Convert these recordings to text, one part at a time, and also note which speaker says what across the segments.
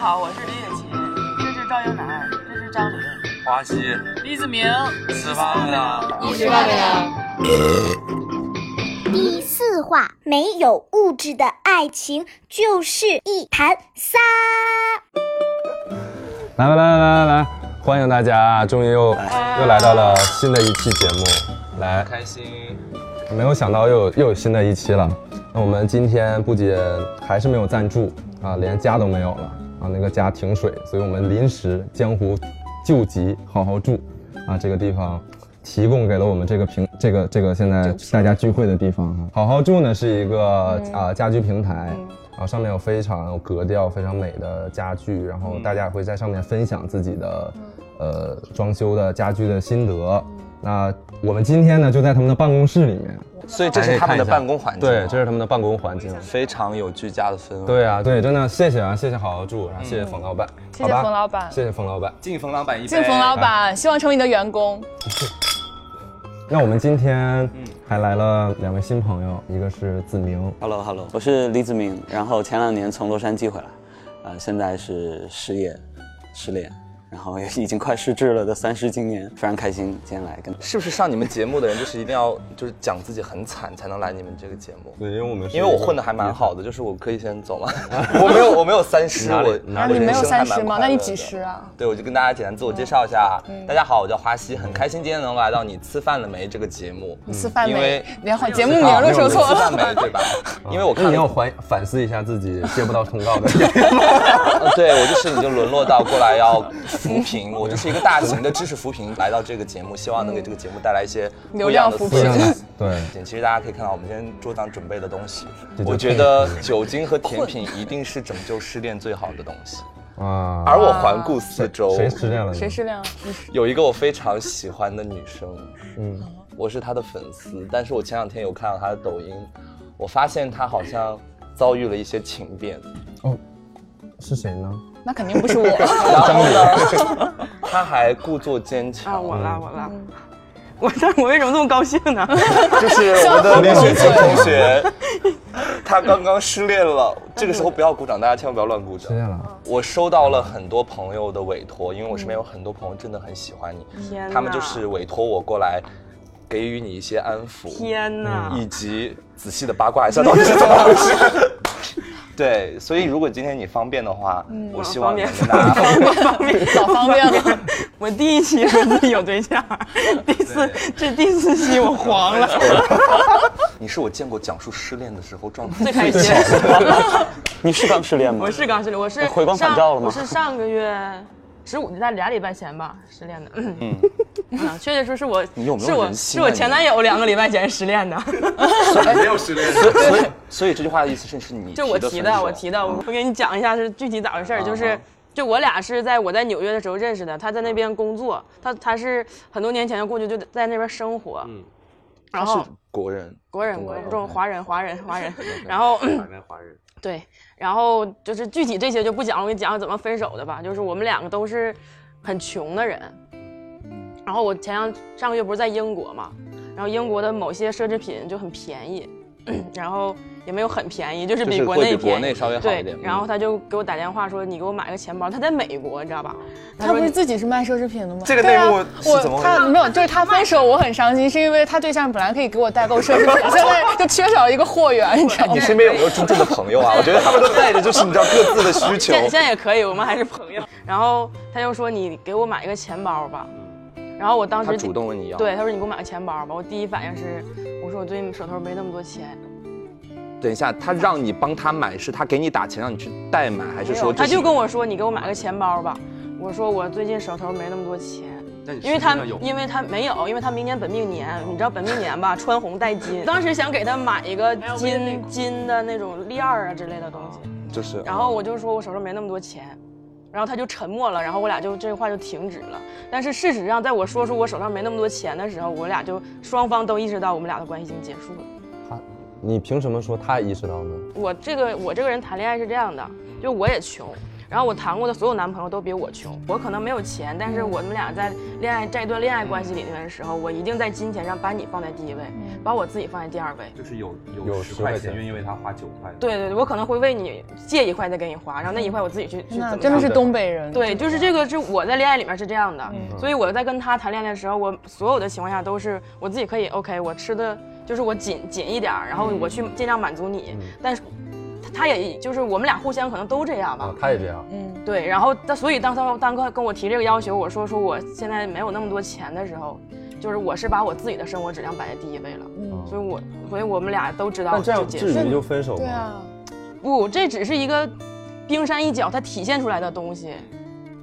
Speaker 1: 好，我是李雪琴，这是赵英男，这是张琳，
Speaker 2: 华西，
Speaker 1: 李子明，
Speaker 2: 吃饭没呢？
Speaker 3: 你吃饭没呢？
Speaker 4: 第四话，没有物质的爱情就是一盘沙。
Speaker 5: 来来来来来来，欢迎大家，终于又又来到了新的一期节目。来，
Speaker 2: 哎开心，
Speaker 5: 没有想到又有又有新的一期了。那我们今天不仅还是没有赞助啊，连家都没有了啊，那个家停水，所以我们临时江湖救急好好住啊，这个地方提供给了我们这个平这个这个现在大家聚会的地方哈。好好住呢是一个、
Speaker 3: 嗯
Speaker 5: 啊家居平台。啊，上面有非常有格调、非常美的家具，然
Speaker 3: 嗯
Speaker 5: 后大家也会在上面分享自己的，呃，装修的家居的心得。
Speaker 3: 嗯
Speaker 5: 那我们今天呢，就在他们的办公室里面，
Speaker 2: 所以这是他们的办公环境，
Speaker 5: 对，这是他们的办公环境。
Speaker 2: 非常有居家的氛围。，
Speaker 5: 对啊，对，真的谢谢啊，谢谢好好住，然后谢谢冯老板，
Speaker 3: 嗯谢谢冯老板
Speaker 5: 谢谢冯老板。
Speaker 2: 敬冯老板一杯。
Speaker 3: 敬冯老板，希望成为你的员工。
Speaker 5: 那我们今天还来了两位新朋友，一个是子明，
Speaker 6: Hello Hello，我是李子明，然后前两年从洛杉矶回来，呃，现在是失业、失恋，然后也已经快失智了的三十今年，非常开心今天来跟
Speaker 2: 是不是上你们节目的人就是一定要就是讲自己很惨才能来你们这个节目？
Speaker 5: 对，因为我们
Speaker 2: 因为我混的还蛮好的，就是我可以 先走了。我没有我没有三十，
Speaker 5: 哪里
Speaker 2: 我
Speaker 5: 哪
Speaker 3: 啊，
Speaker 5: 里
Speaker 3: 你
Speaker 2: 我
Speaker 3: 没
Speaker 2: 人
Speaker 3: 有
Speaker 2: 生
Speaker 3: 三
Speaker 2: 还蛮
Speaker 3: 十吗？
Speaker 2: 快
Speaker 3: 那你
Speaker 2: 乐
Speaker 3: 几
Speaker 2: 的
Speaker 3: 十啊？嗯
Speaker 2: 对，我就跟大家简单自我介绍一下。大家好，我叫华西，很开心今天能来到《你吃饭了没》这个节目。
Speaker 3: 嗯吃饭
Speaker 2: 因
Speaker 3: 没
Speaker 2: 为？
Speaker 3: 连好节目名儿都说错
Speaker 2: 吃饭
Speaker 3: 了。
Speaker 2: 没 对吧？因为我看
Speaker 5: 那
Speaker 2: 了
Speaker 5: 你要反反思一下自己接不到通告的。
Speaker 2: 呃 对我就是已经沦落到过来要扶贫，我就是一个大型的知识扶贫来到这个节目，希望能给这个节目带来一些
Speaker 3: 流量
Speaker 2: 扶
Speaker 3: 扶贫
Speaker 2: 贫。
Speaker 5: 对，
Speaker 2: 其实大家可以看到我们今天桌上准备的东西，
Speaker 5: 这就
Speaker 2: 我觉
Speaker 5: 配
Speaker 2: 得酒精和甜品一定是拯救失恋最好的东西。
Speaker 5: 啊，
Speaker 2: 而我环顾四周，
Speaker 5: 谁失恋了呢？
Speaker 3: 谁失恋了？
Speaker 2: 有一个我非常喜欢的女生，
Speaker 5: 嗯，
Speaker 2: 我是她的粉丝，但是我前两天有看到她的抖音，我发现她好像遭遇了一些情变，
Speaker 5: 是谁呢？
Speaker 3: 那肯定不是我。
Speaker 2: 然后呢，她还故作坚
Speaker 1: 啊，
Speaker 2: 强，
Speaker 1: 我啦，我啦。我 这我为什么这么高兴呢？
Speaker 2: 就是我们的李雪琴同学，她刚刚失恋了，这个时候不要鼓掌，大家千万不要乱鼓掌
Speaker 5: 失。恋了，
Speaker 2: 我收到了很多朋友的委托，因为我身边有很多朋友真的很喜欢你，
Speaker 1: 天
Speaker 2: 他们就
Speaker 1: 哪
Speaker 2: 是委托我过来给予你一些安抚。
Speaker 1: 天哪！
Speaker 2: 以及仔细的八卦一下到底是怎么回事。 对，所以如果今天你方便的话，我希望
Speaker 1: 方
Speaker 2: 你
Speaker 1: 便
Speaker 2: 能拿
Speaker 1: 方便，
Speaker 3: 老方便了。
Speaker 1: 我第一期说自己有对象， 第四这第四期我黄了，
Speaker 2: 你是我见过讲述失恋的时候 状态
Speaker 1: 最开
Speaker 2: 最
Speaker 1: 心。
Speaker 6: 你是刚失恋吗？
Speaker 1: 我 是刚失恋，我是
Speaker 6: 回光返
Speaker 1: 上
Speaker 6: 照了吗
Speaker 1: 我是上个月十五，在俩礼拜前吧失恋的。 嗯，确确实实是我，
Speaker 2: 你有没有
Speaker 1: 是我
Speaker 2: 人
Speaker 1: 是
Speaker 2: 性啊
Speaker 1: 我
Speaker 2: 你
Speaker 1: 前男友两个礼拜前失恋的，
Speaker 2: 没有失恋。所以所以所以这句话的意思是是你
Speaker 1: 就我提的，我
Speaker 2: 的
Speaker 1: 提的。我我给你讲一下是具体咋回事儿，就是
Speaker 2: 啊。
Speaker 1: 就我俩是在我在纽约的时候认识的，他在那边工作，他他是很多年前就过去，就在那边生活。嗯，然
Speaker 2: 分手
Speaker 1: 后
Speaker 2: 是国人，
Speaker 1: 国人，
Speaker 2: 中
Speaker 1: 国
Speaker 2: 国
Speaker 1: 人，
Speaker 2: 人
Speaker 1: 这种
Speaker 2: ，OK
Speaker 1: 华人，华 人，华人。然后嗯
Speaker 2: 海外华人。
Speaker 1: 对，然后就是具体这些就不讲了，我给你讲讲怎么分手的吧。就是我们两个都是很穷的人，然后我前两上个月不是在英国嘛，然后英国的某些奢侈品就很便 宜，然后也没有很便宜，就是
Speaker 2: 就
Speaker 1: 比
Speaker 2: 是
Speaker 1: 国
Speaker 2: 会
Speaker 1: 内
Speaker 2: 比国
Speaker 1: 便宜。
Speaker 2: 内稍微好一
Speaker 1: 对
Speaker 2: 点，。嗯
Speaker 1: 然后他就给我打电话说：“你给我买个钱包。”他在美国，你知道吧？
Speaker 3: 他不是自己是卖奢侈品的吗？
Speaker 2: 这个
Speaker 3: 对啊
Speaker 2: 内幕是怎么
Speaker 3: 我
Speaker 2: 回事
Speaker 3: 他没有，就是他分手，我很伤心，是因为他对象本来可以给我代购奢侈品，现在就缺少一个货源，你知道吗
Speaker 2: 你？身边有没有真正的朋友啊？我觉得他们都带着就是你知道各自的需求
Speaker 1: 现现在也可以，我们还是朋友。 然后他就说：“你给我买一个钱包吧。”然后我当时
Speaker 2: 他主动问你要。
Speaker 1: 对，他说你给我买个钱包吧。我第一反应是，我说我最近手头没那么多钱。
Speaker 2: 等一下，他让你帮他买，是他给你打钱让你去代买，还是
Speaker 1: 没
Speaker 2: 说
Speaker 1: 有，他
Speaker 2: 是
Speaker 1: 就跟我说你给我买个钱包吧。我说我最近手头没那么多钱。因为他，因为他没有，因为他明年本命年，你知道本命年吧，穿红带金。当时想给他买一个金金的那种链儿啊之类的东西，
Speaker 2: 就是
Speaker 1: 然后我就说我手上没那么多钱，然后他就沉默了，然后我俩就这话就停止了。但是事实上，在我说出我手上没那么多钱的时候，我俩就双方都意识到我们俩的关系已经结束了。
Speaker 5: 你凭什么说他意识到呢？
Speaker 1: 我这个我这个人谈恋爱是这样的，就我也穷，然后我谈过的所有男朋友都比我穷，我可能没有钱，但是我们俩在恋爱在一段恋爱关系里面的时候，我一定在金钱上把你放在第一位，
Speaker 3: 嗯
Speaker 1: 把我自己放在第二位。
Speaker 7: 就是有
Speaker 5: 有
Speaker 7: 有
Speaker 5: 10
Speaker 7: 十
Speaker 5: 块
Speaker 7: 块
Speaker 5: 钱
Speaker 7: 钱愿意为他花九块，
Speaker 1: 对对对，我可能会为你借一块再给你花，然后那一块我自己去去怎么
Speaker 3: 那真的
Speaker 1: 样
Speaker 3: 是东北人。
Speaker 1: 对，就是这个是我在恋爱里面是这样的，
Speaker 5: 嗯
Speaker 1: 所以我在跟他谈恋爱的时候，我所有的情况下都是我自己可以 OK，我吃的就是我紧紧一点儿，然后我去尽量满足你，
Speaker 5: 嗯
Speaker 1: 但是他他也就是我们俩互相可能都这样吧。
Speaker 5: 啊，他也这样，
Speaker 3: 嗯
Speaker 1: 对，然后他所以当他当他跟我提这个要求，我说说我现在没有那么多钱的时候，就是我是把我自己的生活质量摆在第一位了，所以我所以我们俩都知道
Speaker 5: 但这
Speaker 1: 就
Speaker 5: 样
Speaker 1: 结
Speaker 5: 嗯至
Speaker 1: 束。
Speaker 5: 于就分手吗？
Speaker 3: 对啊，
Speaker 1: 不，这只是一个冰山一角，它体现出来的东西。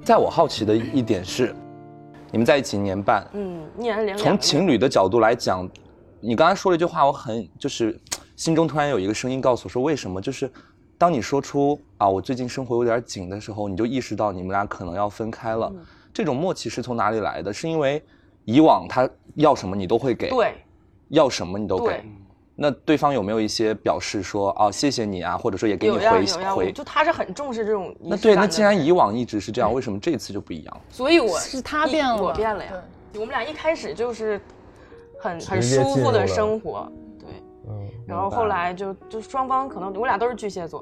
Speaker 2: 在我好奇的一点是，你们在一起一年半，
Speaker 1: 嗯，一年零两
Speaker 2: 从
Speaker 1: 个
Speaker 2: 情侣的角度来讲，你刚才说了一句话，我很就是心中突然有一个声音告诉我说，为什么？就是当你说出啊，我最近生活有点紧的时候，你就意识到你们俩可能要分开了。
Speaker 1: 嗯
Speaker 2: 这种默契是从哪里来的？是因为以往他要什么你都会给，
Speaker 1: 对
Speaker 2: 要什么你都给
Speaker 1: 对。，
Speaker 2: 那对方有没有一些表示说啊，谢谢你啊，或者说也给你
Speaker 1: 有呀
Speaker 2: 回
Speaker 1: 有呀，我
Speaker 2: 回？
Speaker 1: 就他是很重视这种仪式感
Speaker 2: 那
Speaker 1: 的。
Speaker 2: 对，那既然以往一直是这样，为什么这次就不一样？
Speaker 1: 所以我
Speaker 3: 是他变了吧，
Speaker 1: 我变了呀
Speaker 3: 对。
Speaker 1: 我们俩一开始就是很很
Speaker 5: 直
Speaker 1: 舒
Speaker 5: 接进入
Speaker 1: 服的
Speaker 5: 了
Speaker 1: 生活，对。
Speaker 5: 嗯，
Speaker 1: 然后
Speaker 5: 明白
Speaker 1: 后来就就双方可能我俩都是巨蟹座，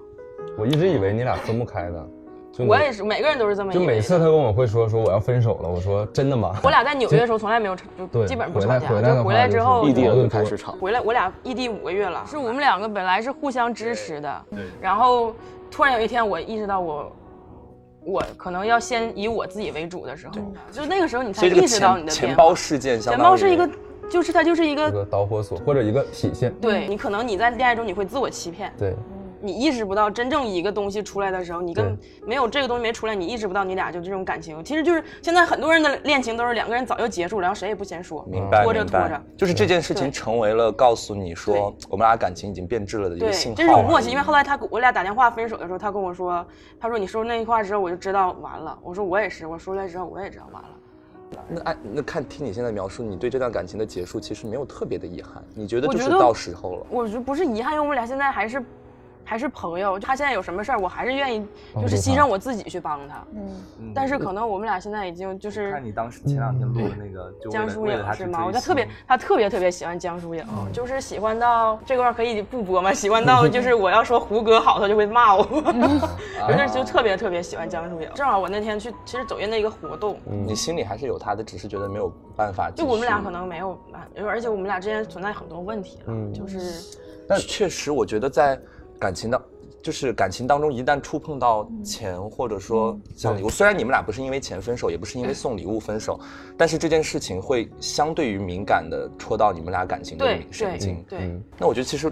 Speaker 5: 我一直以为你俩分不开的，就
Speaker 1: 我
Speaker 5: 你
Speaker 1: 也是，每个人都是这么以
Speaker 5: 就
Speaker 1: 为的。
Speaker 5: 每次他跟我会说说我要分手了，我说真的吗？
Speaker 1: 我俩在纽约的时候从来没有吵，
Speaker 5: 对
Speaker 1: 就基本不
Speaker 5: 回
Speaker 1: 吵
Speaker 5: 来
Speaker 1: 架，
Speaker 5: 回来的
Speaker 1: 就回
Speaker 5: 话
Speaker 1: 来
Speaker 5: 就是
Speaker 1: 之后
Speaker 5: 异
Speaker 6: 异地
Speaker 5: 地
Speaker 6: 了
Speaker 5: 了
Speaker 6: 就
Speaker 5: 就
Speaker 6: 开
Speaker 5: 开
Speaker 6: 始
Speaker 5: 始
Speaker 6: 吵。
Speaker 1: 回来，我俩异地五个月了，是我们两个本来是互相支持的，
Speaker 7: 对
Speaker 1: 然后突然有一天我意识到我。我可能要先以我自己为主的时候，就那个时候你才
Speaker 2: 所以这个
Speaker 1: 意识到你
Speaker 2: 钱
Speaker 1: 的
Speaker 2: 钱
Speaker 1: 变
Speaker 2: 包
Speaker 1: 化。
Speaker 2: 事件，
Speaker 1: 钱包是一个，就是它就是一
Speaker 5: 一
Speaker 1: 个，
Speaker 5: 个导火索或者一个体
Speaker 2: 嗯
Speaker 5: 现，
Speaker 1: 对你可能你在恋爱中你会自我欺骗，
Speaker 5: 对，
Speaker 1: 你意识不到真正一个东西出来的时候，你跟没有这个东西没出来，你意识不到你俩就这种感情。其实就是现在很多人的恋情都是两个人早就结束了，然后谁也不先说，
Speaker 2: 明白，
Speaker 1: 拖着
Speaker 2: 明
Speaker 1: 拖
Speaker 2: 白
Speaker 1: 着。
Speaker 2: 就是这件事情
Speaker 1: 对
Speaker 2: 成为了告诉你说我们俩感情已经变质了的一
Speaker 1: 对
Speaker 2: 个信，号。
Speaker 1: 这是有默契。因为后来他给我俩打电话分手的时候，他跟我说，他说你说那句话之后，我就知道完了。我说我也是，我说出来之后我也知道完了。
Speaker 2: 那哎，那看听你现在描述，你对这段感情的结束其实没有特别的遗憾，你觉得
Speaker 1: 我
Speaker 2: 就是
Speaker 1: 觉得
Speaker 2: 到时候了。
Speaker 1: 我觉得不是遗憾，因为我们俩现在还是还是朋友。他现在有什么事儿，我还是愿意
Speaker 5: 帮
Speaker 1: 就是
Speaker 5: 助
Speaker 1: 牺
Speaker 5: 他
Speaker 1: 牲我自己去帮他。
Speaker 7: 嗯
Speaker 1: 但是可能我们俩现在已经就是
Speaker 7: 看你当时前两天录的那个，就为
Speaker 1: 江
Speaker 7: 了
Speaker 1: 疏
Speaker 7: 为了
Speaker 1: 影
Speaker 7: 他
Speaker 1: 是
Speaker 7: 去
Speaker 1: 吗？我
Speaker 7: 追
Speaker 1: 就特别
Speaker 7: 星，
Speaker 1: 他特别特别喜欢江疏影，就是喜欢到这块儿可以不播吗？喜欢到就是我要说胡歌好，他就会骂我，就是就特别特别喜欢江疏影。正好我那天去，其实走进那个活动，
Speaker 2: 你心里还是有他的，只是觉得没有办法继
Speaker 1: 嗯就
Speaker 2: 续。
Speaker 1: 我们俩可能没有，而且我们俩之间存在很多问题了，就是
Speaker 2: 但确实，我觉得在感情当，就是感情当中，一旦触碰到钱，或者
Speaker 1: 嗯
Speaker 2: 说像礼物，虽然你们俩不是因为钱分手，也不是因为送礼物分手，但是这件事情会相对于敏感的戳到你们俩感情的
Speaker 1: 对
Speaker 2: 敏神
Speaker 1: 对
Speaker 2: 经。
Speaker 5: 嗯
Speaker 1: 对，
Speaker 2: 那我觉得其实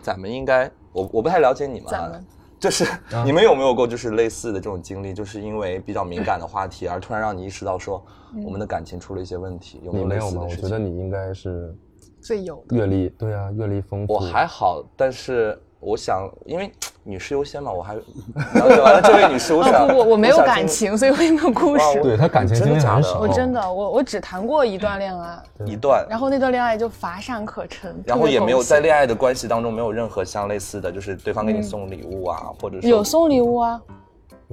Speaker 2: 咱们应该，我我不太了解你们
Speaker 3: 咱
Speaker 2: 啊
Speaker 3: 们，
Speaker 2: 就是
Speaker 5: 啊
Speaker 2: 你们有没有过就是类似的这种经历，就是因为比较敏感的话题而突然让你意识到说
Speaker 3: 嗯
Speaker 2: 我们的感情出了一些问题，有没
Speaker 5: 你
Speaker 2: 有
Speaker 5: 没
Speaker 2: 类
Speaker 5: 有
Speaker 2: 似
Speaker 5: 吗？
Speaker 2: 的
Speaker 5: 我
Speaker 2: 事
Speaker 5: 觉
Speaker 2: 情
Speaker 5: 得？你应该是
Speaker 3: 最有的。
Speaker 5: 阅历，对啊，阅历丰富。
Speaker 2: 我还好，但是我想，因为女士优先嘛，我还了解完了这位女士，我想
Speaker 3: 哦不不，我没有
Speaker 2: 想听
Speaker 3: 感情，所以我也没有故
Speaker 2: 哇哦
Speaker 3: 事。
Speaker 5: 对他感情经历
Speaker 2: 真的假
Speaker 5: 很
Speaker 2: 的
Speaker 5: 少，
Speaker 3: 我真的，我我只谈过一段恋爱，
Speaker 2: 一段，
Speaker 3: 然后那段恋爱就乏善可陈，
Speaker 2: 然后也没有在
Speaker 3: 爱。
Speaker 2: 恋爱的关系当中没有任何像类似的，就是对方给你送礼物啊，或者说
Speaker 3: 嗯有送礼物啊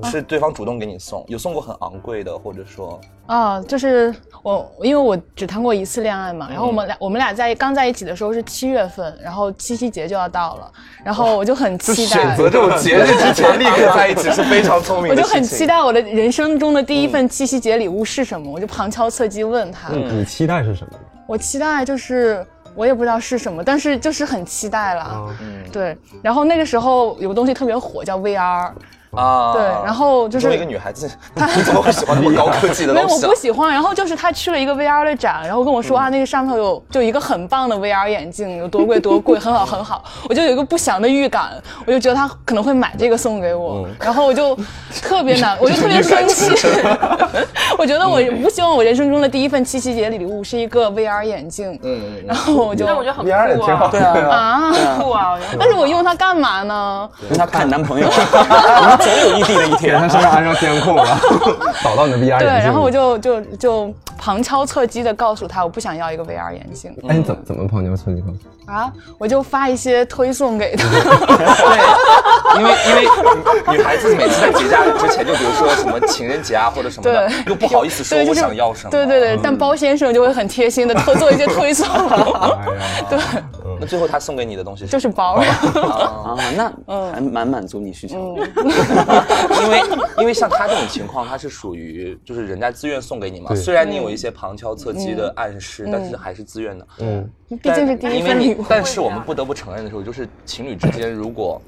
Speaker 2: 是对方主动给你送，有送过很昂贵的，或者说
Speaker 3: 啊，就是我，因为我只谈过一次恋爱嘛，
Speaker 2: 嗯
Speaker 3: 然后我们俩我们俩在刚在一起的时候是七月份，然后七夕节就要到了，然后我就很期待，
Speaker 2: 这种节日之前立刻在一起是非常聪明
Speaker 3: 我
Speaker 2: 的
Speaker 3: 就
Speaker 2: 事情。嗯
Speaker 3: 很期待我的人生中的第一份七夕节礼物是什么，我就旁敲侧击问他，
Speaker 5: 你你期待是什么？
Speaker 3: 我期待就是我也不知道是什么，但是就是很期待了。
Speaker 2: 哦
Speaker 5: 啊，
Speaker 3: 对，然后那个时候有个东西特别火，叫 VR。
Speaker 2: 啊，
Speaker 3: 对然后就是
Speaker 2: 作为一个女孩 子，你怎么会喜欢那么高科技的
Speaker 3: 没有，
Speaker 2: 东
Speaker 3: 我
Speaker 2: 西啊
Speaker 3: 不？喜欢。然后就是他去了一个 VR 的展，然后跟我说、啊，那个上头有就一个很棒的 VR 眼镜，有多贵多贵，很好很好。我就有一个不祥的预感，我就觉得他可能会买这个送给我，然后我就特别难，我就特别生气。 我觉得我不希望我人生中的第一份七夕节礼物是一个 VR 眼镜，
Speaker 2: 嗯，
Speaker 3: 然后我就
Speaker 1: 但我觉得很
Speaker 5: VR 也
Speaker 1: 酷
Speaker 5: 挺好
Speaker 1: 啊，
Speaker 5: 对
Speaker 2: 啊，
Speaker 3: 啊，
Speaker 1: 酷啊，我觉得
Speaker 3: 但是我用它干嘛呢？
Speaker 6: 他看男朋友啊，总有异地的一
Speaker 5: 给
Speaker 6: 天啊
Speaker 5: 他。身上安上监控了，导到你的 VR 眼镜。
Speaker 3: 对，然后我就就就旁敲侧击的告诉他，我不想要一个 VR 眼镜
Speaker 5: 哎，你怎么怎么泡妞测你
Speaker 3: 啊，我就发一些推送给他。
Speaker 2: 因为因为女孩子每次在节假日之前，就比如说什么情人节啊或者什么的，
Speaker 3: 对
Speaker 2: 又不好意思说
Speaker 3: 对，就
Speaker 2: 我
Speaker 3: 是
Speaker 2: 想要什么，嗯
Speaker 3: 对对对，但包先生就会很 贴心的多做一些推送，
Speaker 5: 哎呀，
Speaker 3: 对，
Speaker 2: 那最后他送给你的东西是
Speaker 3: 就是包。
Speaker 6: 啊，那还蛮满足你需求的。
Speaker 2: 因为因为像他这种情况，他是属于就是人家自愿送给你嘛。
Speaker 5: 对
Speaker 2: 虽然你有一些旁敲侧击
Speaker 3: 嗯
Speaker 2: 的暗示，但是还是自愿的。
Speaker 5: 嗯，
Speaker 3: 毕竟是第一
Speaker 2: 因为
Speaker 3: 份
Speaker 2: 你
Speaker 3: 礼物，
Speaker 2: 但是我们不得不承认的时候，就是情侣之 间如果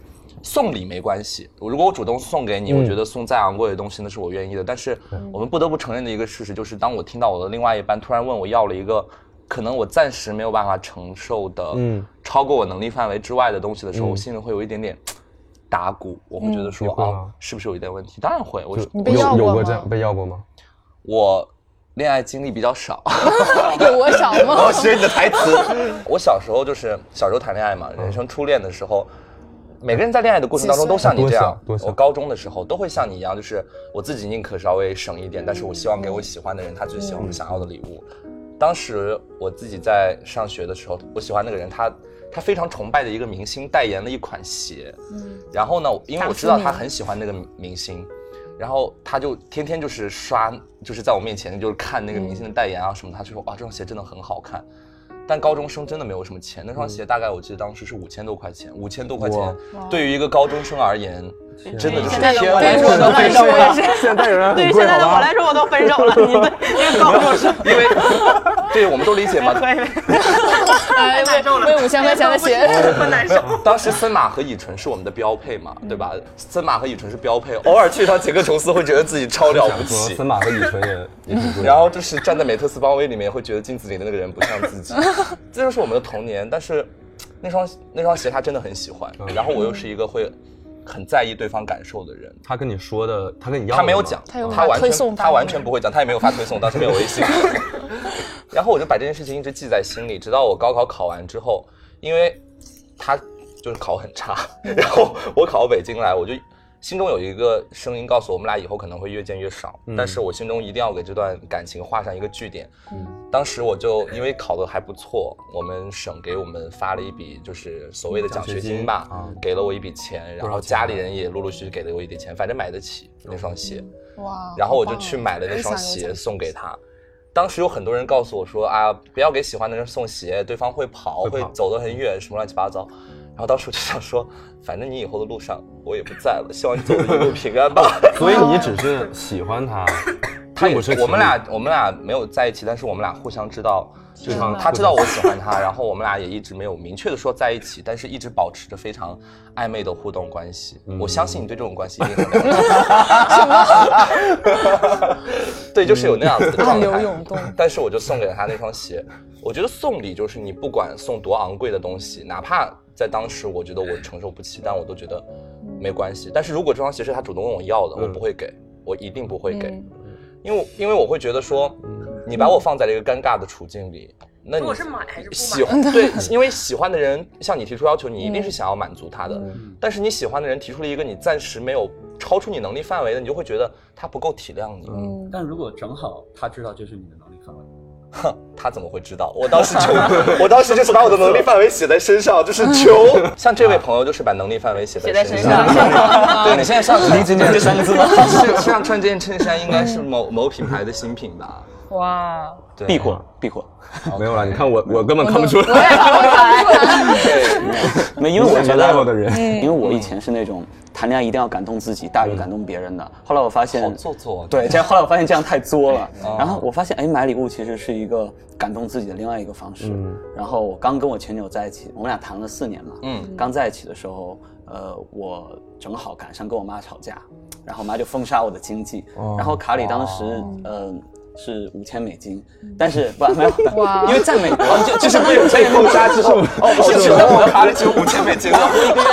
Speaker 2: 送礼没关系，如果我主动送给你，
Speaker 5: 嗯
Speaker 2: 我觉得送再昂贵的东西那是我愿意的。但是
Speaker 3: 嗯
Speaker 2: 我们不得不承认的一个事实就是，当我听到我的另外一半突然问我要了一个。可能我暂时没有办法承受的，
Speaker 5: 嗯
Speaker 2: 超过我能力范围之外的东西的时候，
Speaker 5: 嗯
Speaker 2: 我心里会有一点点打鼓，我会
Speaker 3: 嗯
Speaker 2: 觉得说
Speaker 5: 你会
Speaker 2: 啊
Speaker 5: 吗，
Speaker 2: 是不是有一点问题？当然会，我
Speaker 5: 就
Speaker 3: 你被
Speaker 5: 有
Speaker 3: 要过
Speaker 5: 有过
Speaker 3: 吗
Speaker 5: 这样被要过吗？
Speaker 2: 我恋爱经历比较少，哦
Speaker 3: 有我少吗？
Speaker 2: 学你的 台词。我小时候就是小时候谈恋爱嘛，人生初恋的时候，每个人在恋爱的过程当中
Speaker 3: 几岁
Speaker 2: 都像你这样
Speaker 5: 多小多。小
Speaker 2: 我高中的时候都会像你一样，就是我自己宁可稍微省一点，但是我希望给我喜欢的人他最喜欢
Speaker 3: 嗯
Speaker 2: 我想要的礼物。当时我自己在上学的时候，我喜欢那个人，他他非常崇拜的一个明星代言了一款鞋，然后呢，因为我知道他很喜欢那个明星，然后他就天天就是刷，就是在我面前就是看那个明星的代言啊什么的，他就说哇这双鞋真的很好看。但高中生真的没有什么钱，那双鞋大概我记得当时是五千多块钱，五千多块钱对于一个高中生而言，真的就是
Speaker 1: 现在的
Speaker 2: 天
Speaker 1: 我
Speaker 2: 文
Speaker 1: 来
Speaker 2: 数
Speaker 1: 说
Speaker 2: 字
Speaker 1: 都分手了，
Speaker 5: 现在有人
Speaker 1: 对于现在的我来说我都分手了，你对这个高中生
Speaker 2: 因为对我们都理 解嘛。
Speaker 1: 可以，
Speaker 3: 哎
Speaker 1: 难 受了
Speaker 3: 为五千块钱的鞋，
Speaker 1: 很难受。
Speaker 2: 当时森马和以纯是我们的标配嘛，对吧？森马和以纯是标配，偶尔去一趟捷克琼斯会觉得自己超了
Speaker 5: 说
Speaker 2: 不起。
Speaker 5: 森马和乙醇也也挺贵的。
Speaker 2: 然后就是站在美特斯邦威里面，会觉得镜子里的那个人不像自己，这就是我们的童年。但是那双那双鞋他真的很喜欢，然后我又是一个会很在意对方感受的人。
Speaker 5: 他跟你说的，他跟你要的
Speaker 2: 他没有
Speaker 5: 吗
Speaker 2: 讲，
Speaker 3: 他有
Speaker 2: 他
Speaker 3: 发
Speaker 2: 完
Speaker 3: 推
Speaker 2: 全
Speaker 3: 送
Speaker 2: 他
Speaker 3: 发
Speaker 2: 完
Speaker 3: 吗
Speaker 2: 全不会讲，他也没有发推送，当时没有微信。然后我就把这件事情一直记在心里，直到我高考考完之后，因为他就是考很差，然后我考到北京来，我就心中有一个声音告诉我们俩以后可能会越见越少，但是我心中一定要给这段感情画上一个句点。当时我就因为考得还不错，我们省给我们发了一笔就是所谓的奖学金吧，
Speaker 5: 啊
Speaker 2: 嗯给了我一笔钱，然后家里人也陆陆续续给了我一点钱，反正买得起
Speaker 5: 哦
Speaker 2: 那双鞋。
Speaker 3: 哇
Speaker 2: 然后我就
Speaker 5: 啊
Speaker 2: 去买了那双鞋送给他。当时有很多人告诉我说啊，不要给喜欢的人送鞋，对方会跑，
Speaker 5: 会
Speaker 2: 会
Speaker 5: 跑
Speaker 2: 走得很远，什么乱七八糟。然后当时我就想说，反正你以后的路上我也不在了，希望你走的一路平安吧。
Speaker 5: 所以你只是喜欢他，
Speaker 2: 他也
Speaker 5: 并不是
Speaker 2: 我们
Speaker 5: 情侣
Speaker 2: 俩我们俩没有在一起，但是我们俩互相知道，就是
Speaker 5: 道了
Speaker 2: 他知道我喜欢他，然后我们俩也一直没有明确的说在一起，但是一直保持着非常暧昧的互动关系。我相信你对这种关系一定很了解。 对，就是有那样子的状态。
Speaker 3: 嗯暗流涌动
Speaker 2: 但是我就送给了他那双鞋。我觉得送礼就是你不管送多昂贵的东西，哪怕在当时我觉得我承受不起，但我都觉得没关系。但是如果这双鞋是他主动问我要的，我
Speaker 5: 嗯
Speaker 2: 不会给，我一定不会给。
Speaker 3: 嗯
Speaker 2: 因为因为我会觉得说，你把我放在了一个尴尬的处境里，那你
Speaker 1: 我是买还是不买嗯
Speaker 2: 喜欢 对，因为喜欢的人向你提出要求，你一定是想要满足他的，但是你喜欢的人提出了一个你暂时没有超出你能力范围的，你就会觉得他不够体谅你。
Speaker 1: 嗯
Speaker 8: 但如果正好他知道这是你的能力范围，
Speaker 2: 哼， 他怎么会知道？我当时就，我当时就是把我的能力范围写在身上，就是求。像这位朋友就是把能力范围写
Speaker 1: 写
Speaker 2: 在
Speaker 1: 在
Speaker 2: 身
Speaker 1: 身
Speaker 2: 上
Speaker 1: 上。
Speaker 2: 对你现在上离今天这三个字吗？身上穿这件衬衫应该是某某品牌的新品吧？
Speaker 3: 哇，
Speaker 2: 对
Speaker 6: 避火，避火。
Speaker 5: 没有了。你看我，我根本看不出来。
Speaker 6: 没，因为我觉
Speaker 5: 没
Speaker 6: 得
Speaker 5: 有 level 的人
Speaker 3: 嗯
Speaker 6: 因为我以前是那种谈恋爱一定要感动自己大于感动别人的。后来我发现，
Speaker 2: 好做作。啊
Speaker 6: 对，这样后来我发现这样太作了。
Speaker 2: 哦
Speaker 6: 然后我发现，哎，买礼物其实是一个感动自己的另外一个方式。然后我刚跟我前女友在一起，我们俩谈了四年嘛。
Speaker 2: 嗯
Speaker 6: 刚在一起的时候，呃，我正好
Speaker 2: 哦
Speaker 6: 赶上跟我妈吵架，然后我妈就封杀我的经济。然后卡里当时，呃，是五千美金，但是不没有，
Speaker 3: 哇
Speaker 6: 因为在美 国就
Speaker 2: 就
Speaker 6: 就是相当
Speaker 2: 被
Speaker 6: 于
Speaker 2: 被扣杀 之后，
Speaker 6: 哦
Speaker 2: 不
Speaker 6: 不
Speaker 2: 行，
Speaker 6: 是
Speaker 2: 我要卡里只有五千美金
Speaker 6: 我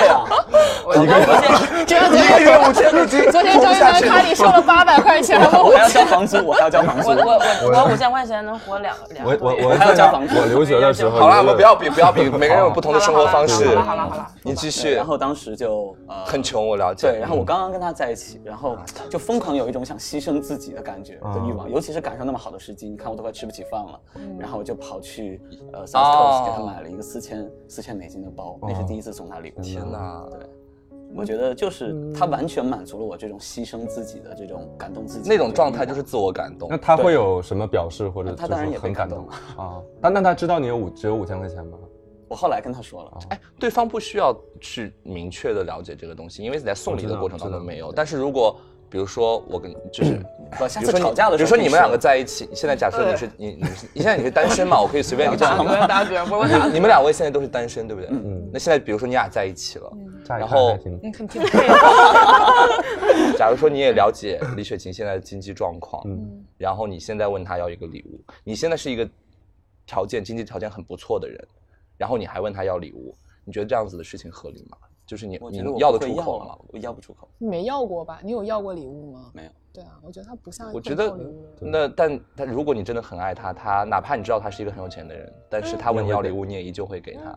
Speaker 6: 要
Speaker 2: 了，
Speaker 6: 活一个月呀、
Speaker 2: 一个人
Speaker 3: 这个
Speaker 2: 一个月五千美金，
Speaker 3: 昨天
Speaker 2: 活不
Speaker 3: 张一
Speaker 2: 下
Speaker 3: 凡
Speaker 2: 去
Speaker 3: 卡里收了八百块钱，然后
Speaker 6: 我还要交房租，我还要交房 租
Speaker 1: 我。我我我五千块钱能活两两
Speaker 5: 我
Speaker 1: 个
Speaker 5: 我
Speaker 1: 多月。
Speaker 5: 我
Speaker 6: 还要交房租
Speaker 5: 我留学的时候，
Speaker 2: 好了，我们不要比，不要比，每个人有不同的生活方式。
Speaker 1: 好了好了好了，
Speaker 2: 你继续。
Speaker 6: 对然后当时就呃
Speaker 2: 很穷，我了解。
Speaker 6: 对，然后我刚刚跟他在一起，然
Speaker 2: 啊
Speaker 6: 后就疯狂有一种想牺牲自己的感觉的欲望，尤其是赶上那么好的时机，你看我都快吃不起饭了，
Speaker 2: 嗯
Speaker 6: 然后我就跑去呃 South
Speaker 2: 哦
Speaker 6: Coast 给他买了一个四千四千美金的包，那是第一次送他礼物。
Speaker 2: 啊天哪！
Speaker 6: 啊我觉得就是他完全满足了我这种牺牲自己的这种感动自己的
Speaker 2: 那种
Speaker 6: 这
Speaker 2: 状态
Speaker 6: 欲
Speaker 2: 就
Speaker 6: 望啊
Speaker 2: 是自我感动
Speaker 5: 那。他会有什么表示或者
Speaker 6: 他
Speaker 5: 就
Speaker 6: 当然
Speaker 5: 是
Speaker 6: 也被
Speaker 5: 很
Speaker 6: 感
Speaker 5: 感
Speaker 6: 动
Speaker 5: 动啊？但但他知道你有五只有五千块钱吗？
Speaker 6: 我后来跟他说了，
Speaker 2: 哎，对方不需要去明确的了解这个东西，因为在送礼的过程当中没有。
Speaker 5: 我知道
Speaker 2: 但是如果比如说我跟就是，
Speaker 6: 不，嗯下
Speaker 2: 比
Speaker 6: 次
Speaker 2: 如说你
Speaker 6: 吵架
Speaker 2: 比
Speaker 6: 的时
Speaker 2: 如
Speaker 6: 候，
Speaker 2: 说你们两个，在一起，现在假设你是你你是你现在你是单身嘛，我可以随便你这样。
Speaker 1: 大哥，我我
Speaker 2: 你们两位现在都是单身，对不对？
Speaker 5: 嗯
Speaker 2: 那现在比如说你俩在一起了，
Speaker 5: 乍一
Speaker 2: 然
Speaker 5: 看
Speaker 2: 后
Speaker 5: 还挺
Speaker 1: 嗯
Speaker 3: 你肯定配合。
Speaker 2: 假如说你也了解李雪琴现在的经济状况，
Speaker 5: 嗯
Speaker 2: 然后你现在问他要一个礼物，你现在是一个条件经济条件很不错的人，然后你还问他要礼物，你觉得这样子的事情合理吗？就是你
Speaker 6: 我
Speaker 2: 你
Speaker 6: 觉得我
Speaker 2: 要得
Speaker 6: 不会
Speaker 2: 出口
Speaker 6: 要
Speaker 2: 吗
Speaker 6: 了？，我要不出口，
Speaker 3: 你没要过吧？你有要过礼物吗？
Speaker 6: 没有。
Speaker 3: 对啊，我觉得他不像
Speaker 2: 我
Speaker 3: 会
Speaker 2: 觉得
Speaker 3: 要礼物的人
Speaker 2: 那但但如果你真的很爱他，他哪怕你知道他是一个很有钱的人，但是他问你要礼物，你也依旧会给他。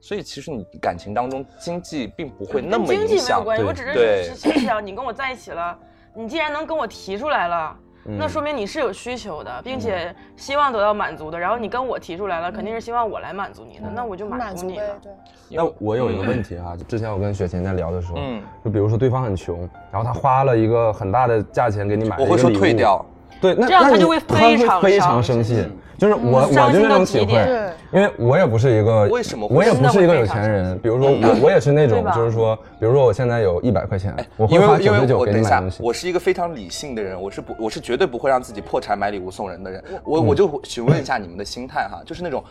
Speaker 2: 所以其实你感情当中经济并不会那么
Speaker 1: 嗯跟经
Speaker 2: 影
Speaker 1: 济没有
Speaker 2: 响，
Speaker 1: 关系，
Speaker 5: 对
Speaker 1: 我只
Speaker 2: 对
Speaker 1: 是想想你跟我在一起了，你既然能跟我提出来了。
Speaker 2: 嗯
Speaker 1: 那说明你是有需求的，并且希望得到满足的。然后你跟我提出来了，肯定是希望我来满足你
Speaker 3: 嗯
Speaker 1: 的，那我就满
Speaker 3: 满
Speaker 1: 足
Speaker 3: 足
Speaker 1: 你
Speaker 3: 呗
Speaker 1: 了，。
Speaker 3: 对。
Speaker 5: 那我有一个问题哈、之前我跟雪琴在聊的时候，
Speaker 2: 嗯
Speaker 5: 就比如说对方很穷，然后他花了一个很大的价钱给你买了
Speaker 2: 我
Speaker 5: 一个
Speaker 2: 会
Speaker 5: 礼物，
Speaker 2: 说退掉。嗯
Speaker 5: 对，那
Speaker 1: 这样
Speaker 5: 那
Speaker 1: 他
Speaker 5: 你
Speaker 1: 就会
Speaker 5: 他
Speaker 1: 非
Speaker 5: 会
Speaker 1: 常
Speaker 5: 非
Speaker 1: 伤嗯
Speaker 5: 常生气。就是我，我
Speaker 1: 伤
Speaker 5: 就
Speaker 1: 心
Speaker 5: 那
Speaker 1: 到
Speaker 5: 种
Speaker 1: 极
Speaker 5: 体会
Speaker 1: 点
Speaker 3: 对，
Speaker 5: 因为我也不是一个，
Speaker 2: 为什么会
Speaker 5: 我也
Speaker 1: 真
Speaker 5: 不
Speaker 1: 的
Speaker 5: 是
Speaker 1: 会
Speaker 5: 一个
Speaker 1: 非
Speaker 5: 有
Speaker 1: 常
Speaker 5: 钱
Speaker 1: 生
Speaker 5: 人？比如说
Speaker 2: 嗯
Speaker 5: 我，我也是那种
Speaker 1: 对，吧
Speaker 5: 就是说，比如说我现在有一百块钱，我会
Speaker 2: 哎因
Speaker 5: 花
Speaker 2: 为因
Speaker 5: 九十
Speaker 2: 为
Speaker 5: 九
Speaker 2: 我
Speaker 5: 给
Speaker 2: 等
Speaker 5: 你
Speaker 2: 一
Speaker 5: 买
Speaker 2: 下
Speaker 5: 东，西。
Speaker 2: 我是一个非常理性的人，我是不我是绝对不会让自己破产买礼物送人的人。我
Speaker 5: 嗯
Speaker 2: 我就询问一下你们的心态 哈，就是那种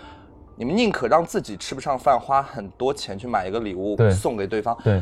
Speaker 2: 你们宁可让自己吃不上饭，花很多钱去买一个礼物
Speaker 5: 对
Speaker 2: 送给对方，
Speaker 5: 对，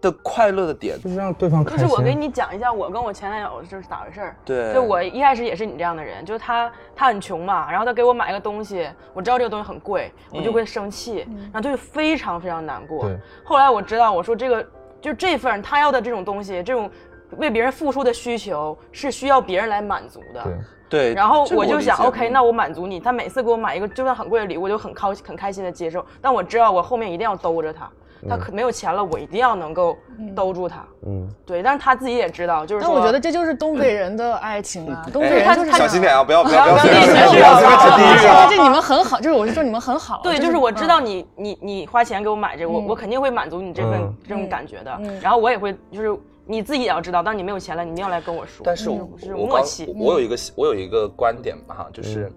Speaker 2: 的快乐的点，
Speaker 5: 就是让对方
Speaker 1: 就
Speaker 5: 开
Speaker 1: 是
Speaker 5: 心。
Speaker 1: 我给你讲一下，我跟我前男友就是咋回事儿。
Speaker 2: 对，
Speaker 1: 就我一开始也是你这样的人，就是他他很穷嘛，然后他给我买一个东西，我知道这个东西很贵，我
Speaker 2: 嗯
Speaker 1: 就会生气，然后就会非常非常难过
Speaker 5: 对。
Speaker 1: 后来我知道，我说这个就这份他要的这种东西，这种为别人付出的需求是需要别人来满足的。
Speaker 5: 对，
Speaker 2: 对，
Speaker 1: 然后
Speaker 2: 这个
Speaker 1: 我就
Speaker 2: 理
Speaker 1: 想
Speaker 2: 解嗯
Speaker 1: ，OK，那我满足你。他每次给我买一个就算很贵的礼物，我就很高很开心的接受。但我知道我后面一定要兜着他，
Speaker 2: 嗯
Speaker 1: 他可没有钱了，我一定要能够兜住他。
Speaker 5: 嗯，
Speaker 1: 对，但是他自己也知道，就是
Speaker 3: 但
Speaker 1: 说
Speaker 3: 我觉得这就是东北人的爱情啊，东北
Speaker 1: 就是
Speaker 3: 人
Speaker 1: 他
Speaker 3: 就是哎
Speaker 1: 他
Speaker 2: 小
Speaker 3: 这样
Speaker 2: 心点啊，不要不要
Speaker 1: 不要
Speaker 2: 不要
Speaker 1: 不
Speaker 2: 随
Speaker 1: 要地
Speaker 2: 便扯
Speaker 1: 狱
Speaker 2: 不
Speaker 1: 不
Speaker 2: 要
Speaker 1: 要
Speaker 2: 随
Speaker 1: 不
Speaker 2: 便扯
Speaker 1: 要
Speaker 2: 地狱
Speaker 1: 不
Speaker 2: 啊
Speaker 1: 要！
Speaker 3: 这你们很好，就是我是说你嗯们很好。
Speaker 1: 对，就是我知道你你你花钱给我买这个，我
Speaker 3: 嗯
Speaker 1: 我肯定会满足你这份、
Speaker 5: 嗯
Speaker 1: 这种感觉的。
Speaker 3: 嗯
Speaker 1: 然后我也会就是你自己也要知道，当你没有钱了，你一定要来跟我说。
Speaker 2: 但是我
Speaker 1: 嗯是
Speaker 2: 我
Speaker 1: 默
Speaker 2: 刚
Speaker 1: 契
Speaker 2: 我我有一个我有一个观点嘛哈，
Speaker 5: 嗯
Speaker 2: 就是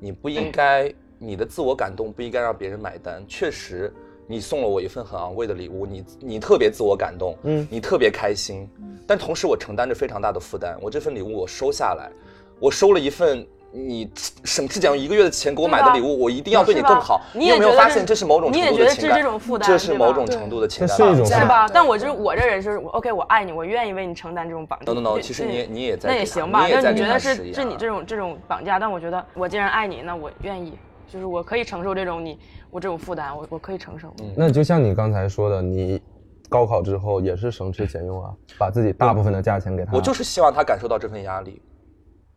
Speaker 2: 你不
Speaker 1: 嗯
Speaker 2: 应该你的自我感动不应该让别人买单。确实，你送了我一份很昂贵的礼物，你你特别自我感动，嗯，你特别开心，
Speaker 1: 嗯
Speaker 2: 但同时我承担着非常大的负担。我这份礼物我收下来，我收了一份。你省吃俭用一个月的钱给我买的礼物，我一定要对你更好。
Speaker 1: 是吧你也
Speaker 2: 有没有
Speaker 1: 觉得
Speaker 2: 发
Speaker 1: 是
Speaker 2: 现这是某种
Speaker 1: 你
Speaker 2: 程
Speaker 1: 也
Speaker 2: 度
Speaker 1: 觉
Speaker 2: 的
Speaker 1: 得
Speaker 2: 情
Speaker 1: 是
Speaker 2: 感？
Speaker 1: 这种负担
Speaker 2: 这是
Speaker 1: 对
Speaker 2: 某
Speaker 1: 吧
Speaker 2: 种
Speaker 3: 对
Speaker 2: 程度的情
Speaker 5: 这
Speaker 2: 感
Speaker 5: 是一
Speaker 2: 吧
Speaker 5: 种
Speaker 3: 对
Speaker 1: 是吧？
Speaker 3: 对
Speaker 1: 但我就是我这人是我 OK，我爱你，我愿意为你承担这种绑架。
Speaker 2: 等等等
Speaker 1: 对
Speaker 2: 其实
Speaker 1: 对
Speaker 2: 你也你也在
Speaker 1: 那
Speaker 2: 给
Speaker 1: 也
Speaker 2: 他
Speaker 1: 行吧？
Speaker 2: 你也
Speaker 1: 那
Speaker 2: 在
Speaker 1: 你
Speaker 2: 给
Speaker 1: 觉
Speaker 2: 他
Speaker 1: 得是
Speaker 2: 施压
Speaker 1: 是你这种这种绑架？但我觉得我既然爱你，那我愿意，就是我可以承受这种你我这种负担，我我可以承
Speaker 2: 嗯
Speaker 1: 受。
Speaker 5: 那就像你刚才说的，你高考之后也是省吃俭用啊，把自己大部分的价钱给他，
Speaker 2: 我就是希望他感受到这份压力，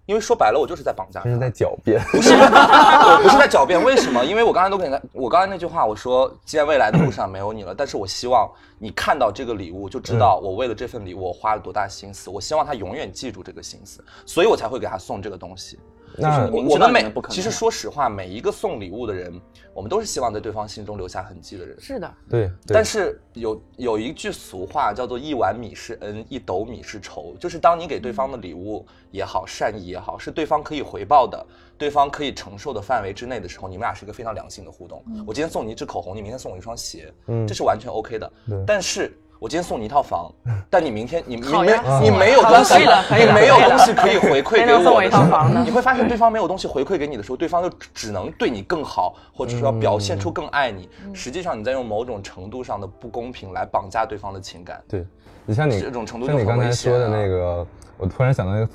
Speaker 2: 因为说白了，我就是在绑架
Speaker 5: 这
Speaker 2: 他。
Speaker 5: 是在狡辩。
Speaker 2: 不是，我不是在狡辩，为什么？因为我刚才都给他，我刚才那句话，我说，既然未来的路上没有你了，但是我希望你看到这个礼物，就知道我为了这份礼物我花了多大心思。我希望他永远记住这个心思，所以我才会给他送这个东西。
Speaker 5: 那
Speaker 2: 我
Speaker 6: 明
Speaker 2: 我
Speaker 6: 知道
Speaker 2: 们
Speaker 6: 你
Speaker 2: 每
Speaker 6: 们不可能
Speaker 2: 其实说实话，每一个送礼物的人，我们都是希望在对方心中留下痕迹的人。
Speaker 1: 是的，
Speaker 5: 对，对
Speaker 2: 但是有有一句俗话叫做“一碗米是恩，一斗米是仇”，就是当你给对方的礼物也好，善意也好，是对方可以回报的，对方可以承受的范围之内的时候，你们俩是一个非常良性的互动。我今天送你一支口红，你明天送我一双鞋，
Speaker 5: 嗯
Speaker 2: 这是完全 OK 的
Speaker 5: 对。
Speaker 2: 但是我今天送你一 套房，但你明天你你
Speaker 1: 好
Speaker 2: 没
Speaker 1: 呀
Speaker 2: 你没有
Speaker 1: 好了
Speaker 2: 东西
Speaker 1: 可以了可以
Speaker 2: 你
Speaker 1: 了
Speaker 2: 没有
Speaker 1: 可以了
Speaker 2: 东西可 以回馈
Speaker 1: 谁
Speaker 2: 给
Speaker 1: 能送
Speaker 2: 我
Speaker 1: 我一
Speaker 2: 的
Speaker 1: 套
Speaker 2: 时候
Speaker 1: 房呢
Speaker 2: 你会发现对方没有东西回馈给你的时候，对方就只能对你更好，或者说要表现出更爱你。
Speaker 1: 嗯
Speaker 2: 嗯实际上你在用某种程度上的不公平来绑架对方的情感。
Speaker 5: 对，你像你
Speaker 2: 这种程度就
Speaker 5: 像你
Speaker 2: 很
Speaker 5: 刚
Speaker 2: 危
Speaker 5: 才
Speaker 2: 险啊
Speaker 5: 说的
Speaker 2: 了
Speaker 5: 那个，我突然想到一个特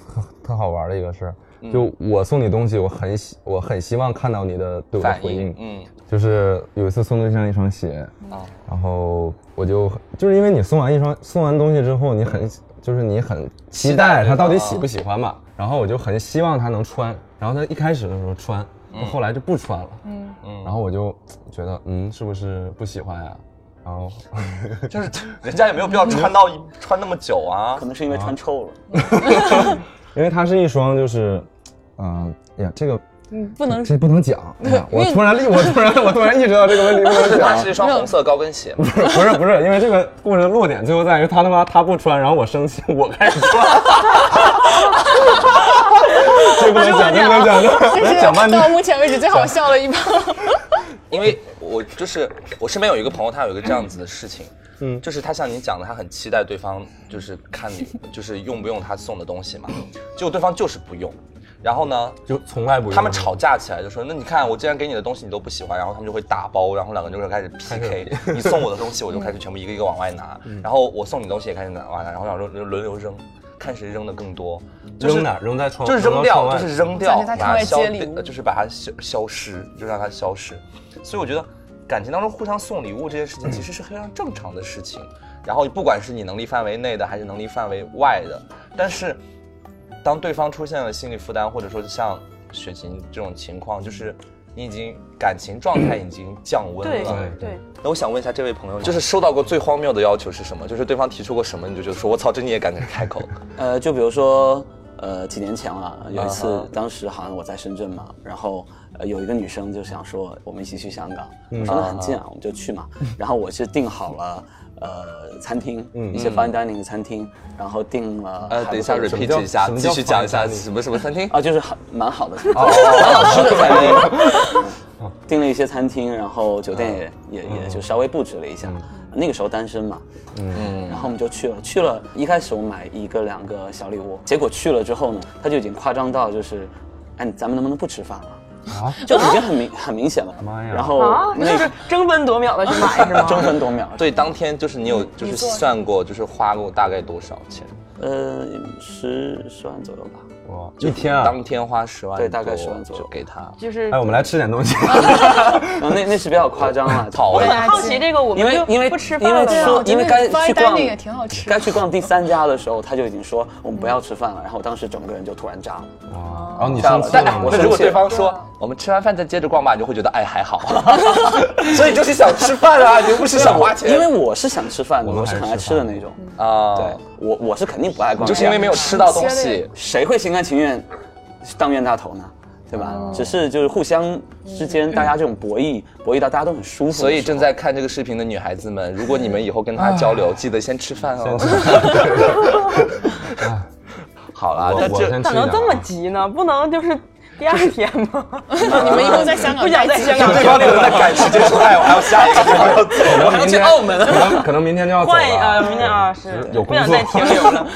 Speaker 5: 特好玩的一个事儿，
Speaker 2: 嗯
Speaker 5: 就我送你东西，我很希我很希望看到你的对我的
Speaker 2: 反
Speaker 5: 回
Speaker 2: 应
Speaker 5: 应，，
Speaker 2: 嗯，
Speaker 5: 就是有一次送对象一双鞋，
Speaker 1: 嗯
Speaker 2: 啊
Speaker 5: 然后我就就是因为你送完一双送完东西之后，你很就是你很期待他到底喜不喜欢嘛，然后我就很希望他能穿，然后他一开始的时候穿，
Speaker 2: 嗯
Speaker 5: 后来就不穿了，
Speaker 3: 嗯，
Speaker 2: 嗯，
Speaker 5: 然后我就觉得嗯是不是不喜欢呀、然后
Speaker 2: 就是人家也没有必要穿到一穿那么久啊
Speaker 6: 可，能是因为穿臭了。
Speaker 5: 因为它是一双就是，嗯、哎呀这个
Speaker 3: 嗯不 能
Speaker 5: 这不能讲，哎呀我突然立我突然我突然意识到这个问题不能
Speaker 2: 它
Speaker 5: 讲
Speaker 2: 是一。双红色高跟鞋嘛，
Speaker 5: 不是不是，因为这个故事的落点最后在于他他妈他不穿，然后我生气，我开始穿。这不能讲，这不能讲，
Speaker 3: 这
Speaker 5: 这
Speaker 3: 是
Speaker 5: 讲半
Speaker 3: 到
Speaker 5: 天。
Speaker 3: 目前为止最好笑的一趴。
Speaker 2: 因为我就是我身边有一个朋友，他有一个这样子的事情，嗯，
Speaker 5: 嗯
Speaker 2: 就是他像你讲的，他很期待对方就是看你就是用不用他送的东西嘛，结果对方就是不用，然后呢，
Speaker 5: 就从来不
Speaker 2: 他们吵架起来就说，那你看我既然给你的东西你都不喜欢，然后他们就会打包，然后两个人就开始 PK，你送我的东西我就开始全部一个一个往外拿，
Speaker 5: 嗯
Speaker 2: 然后我送你东西也开始拿往外拿，然后两个人轮流扔，看谁扔的更多，就是
Speaker 5: 扔哪儿？扔在窗，
Speaker 2: 就是扔
Speaker 5: 到
Speaker 2: 掉，
Speaker 5: 窗
Speaker 2: 就
Speaker 5: 外
Speaker 2: 是扔
Speaker 3: 感
Speaker 2: 掉，
Speaker 3: 觉他
Speaker 2: 把
Speaker 3: 窗
Speaker 2: 它
Speaker 3: 外
Speaker 2: 消
Speaker 3: 接礼
Speaker 2: 掉，
Speaker 3: 物
Speaker 2: 呃就是把它消消失，就让它消失。所以我觉得感情当中互相送礼物这件事情其实是非常正常的事情。然后不管是你能力范围内的还是能力范围外的，但是当对方出现了心理负担，或者说像雪琴这种情况，就是你已经感情状态已经降温
Speaker 1: 对
Speaker 2: 了。
Speaker 1: 对，
Speaker 2: 那我想问一下这位朋友，就是收到过最荒谬的要求是什么？就是对方提出过什么，你就觉得说我操，这你也敢开口？
Speaker 6: 呃，就比如说，呃，几年前了，有
Speaker 2: 啊
Speaker 6: 一次
Speaker 2: 哈，
Speaker 6: 当时好像我在深圳嘛，然后呃有一个女生就想说我们一起去香港，
Speaker 2: 嗯
Speaker 6: 我说那很近啊，我们就去嘛。然后我是订好了呃餐厅，一些 fine dining 的餐厅，然后订了
Speaker 2: 嗯呃，
Speaker 6: 还
Speaker 2: 等一
Speaker 6: 不
Speaker 2: 下
Speaker 6: 错的
Speaker 5: 么
Speaker 2: repeat
Speaker 5: 叫
Speaker 2: 一下
Speaker 5: 什，么
Speaker 2: 继
Speaker 5: 叫
Speaker 2: 续讲一下
Speaker 5: 反餐
Speaker 2: 什么什么餐厅。
Speaker 6: 啊，就是很蛮好的，
Speaker 2: 哦
Speaker 6: 蛮好吃的餐 厅，嗯订了一些餐厅，然后酒店也也
Speaker 2: 嗯
Speaker 6: 也就稍微布置了一下。那个时候单身嘛，嗯，然后我们就去了，去了一开始我买一个两个小礼物，结果去了之后呢，他就已经夸张到就是，哎，咱们能不能不吃饭了？啊，就已经很明很明显了。
Speaker 5: 妈呀
Speaker 6: 然后
Speaker 1: 啊，那就是争分夺秒的去买是吗？
Speaker 6: 争分夺秒，
Speaker 2: 所以当天就是嗯你有就是算过，就是花过大概多少钱？
Speaker 6: 呃，十十万左右吧。
Speaker 5: 哇，一天啊！
Speaker 2: 当天花十万，
Speaker 6: 对大概10万左右
Speaker 2: 就给他。
Speaker 1: 就是
Speaker 5: 哎，我们来吃点东西。
Speaker 6: 然后那那是比较夸张了，
Speaker 2: 好
Speaker 1: 我
Speaker 2: 哎
Speaker 1: 很好奇这个，我
Speaker 6: 因
Speaker 1: 们
Speaker 6: 为
Speaker 1: 就
Speaker 6: 因为
Speaker 1: 不吃饭
Speaker 6: 因为
Speaker 1: 了吗
Speaker 6: 说因为该去
Speaker 3: fine
Speaker 6: 逛
Speaker 3: dining 也挺好吃的。
Speaker 6: 该去逛第三家的时候，他就已经说我们不要吃饭了。然后我当时整个人就突然炸了。
Speaker 5: 哇，然后你
Speaker 2: 这
Speaker 5: 生
Speaker 2: 样了
Speaker 5: 气
Speaker 2: 但
Speaker 5: 了
Speaker 2: 哎
Speaker 5: 吗？
Speaker 2: 我
Speaker 6: 生
Speaker 2: 如果
Speaker 6: 气
Speaker 2: 对啊方说我们吃完饭再接着逛吧，你就会觉得哎还好， 所以就是想吃饭啊，你又不是想花钱，
Speaker 6: 因为我是想吃饭的，
Speaker 5: 我们
Speaker 6: 我是很
Speaker 5: 还
Speaker 6: 爱
Speaker 5: 是
Speaker 6: 吃的
Speaker 5: 吃饭
Speaker 6: 那种。
Speaker 2: 啊，
Speaker 6: 对，我我是肯定不爱逛
Speaker 2: 你就
Speaker 6: 街，
Speaker 2: 是因为没有吃到东西，
Speaker 6: 谁会心甘情愿当冤大头呢？对
Speaker 3: 哦
Speaker 6: 吧？只是就是互相之间大家这种博
Speaker 3: 嗯
Speaker 6: 弈，博弈到大家都很舒服的时候。
Speaker 2: 所以正在看这个视频的女孩子们，如果你们以后跟他交流，记得先吃饭哦。 好啦，
Speaker 5: 我
Speaker 2: 那
Speaker 5: 我
Speaker 2: 这
Speaker 5: 先吃
Speaker 1: 咋
Speaker 5: 一点
Speaker 1: 能
Speaker 5: 啊
Speaker 1: 这么急呢？不能就是第二天吗？
Speaker 3: 你们以后在香港
Speaker 1: 不想在香港
Speaker 2: 对方留在赶时间说，哎，我还有下一个地 方要走，
Speaker 5: 可
Speaker 2: 我
Speaker 5: 能明天可能可能明天就要走
Speaker 1: 换一呃，
Speaker 5: 了。
Speaker 1: 明天啊是
Speaker 5: 有
Speaker 1: 不
Speaker 5: 工
Speaker 1: 想
Speaker 5: 作
Speaker 1: 再停留 了。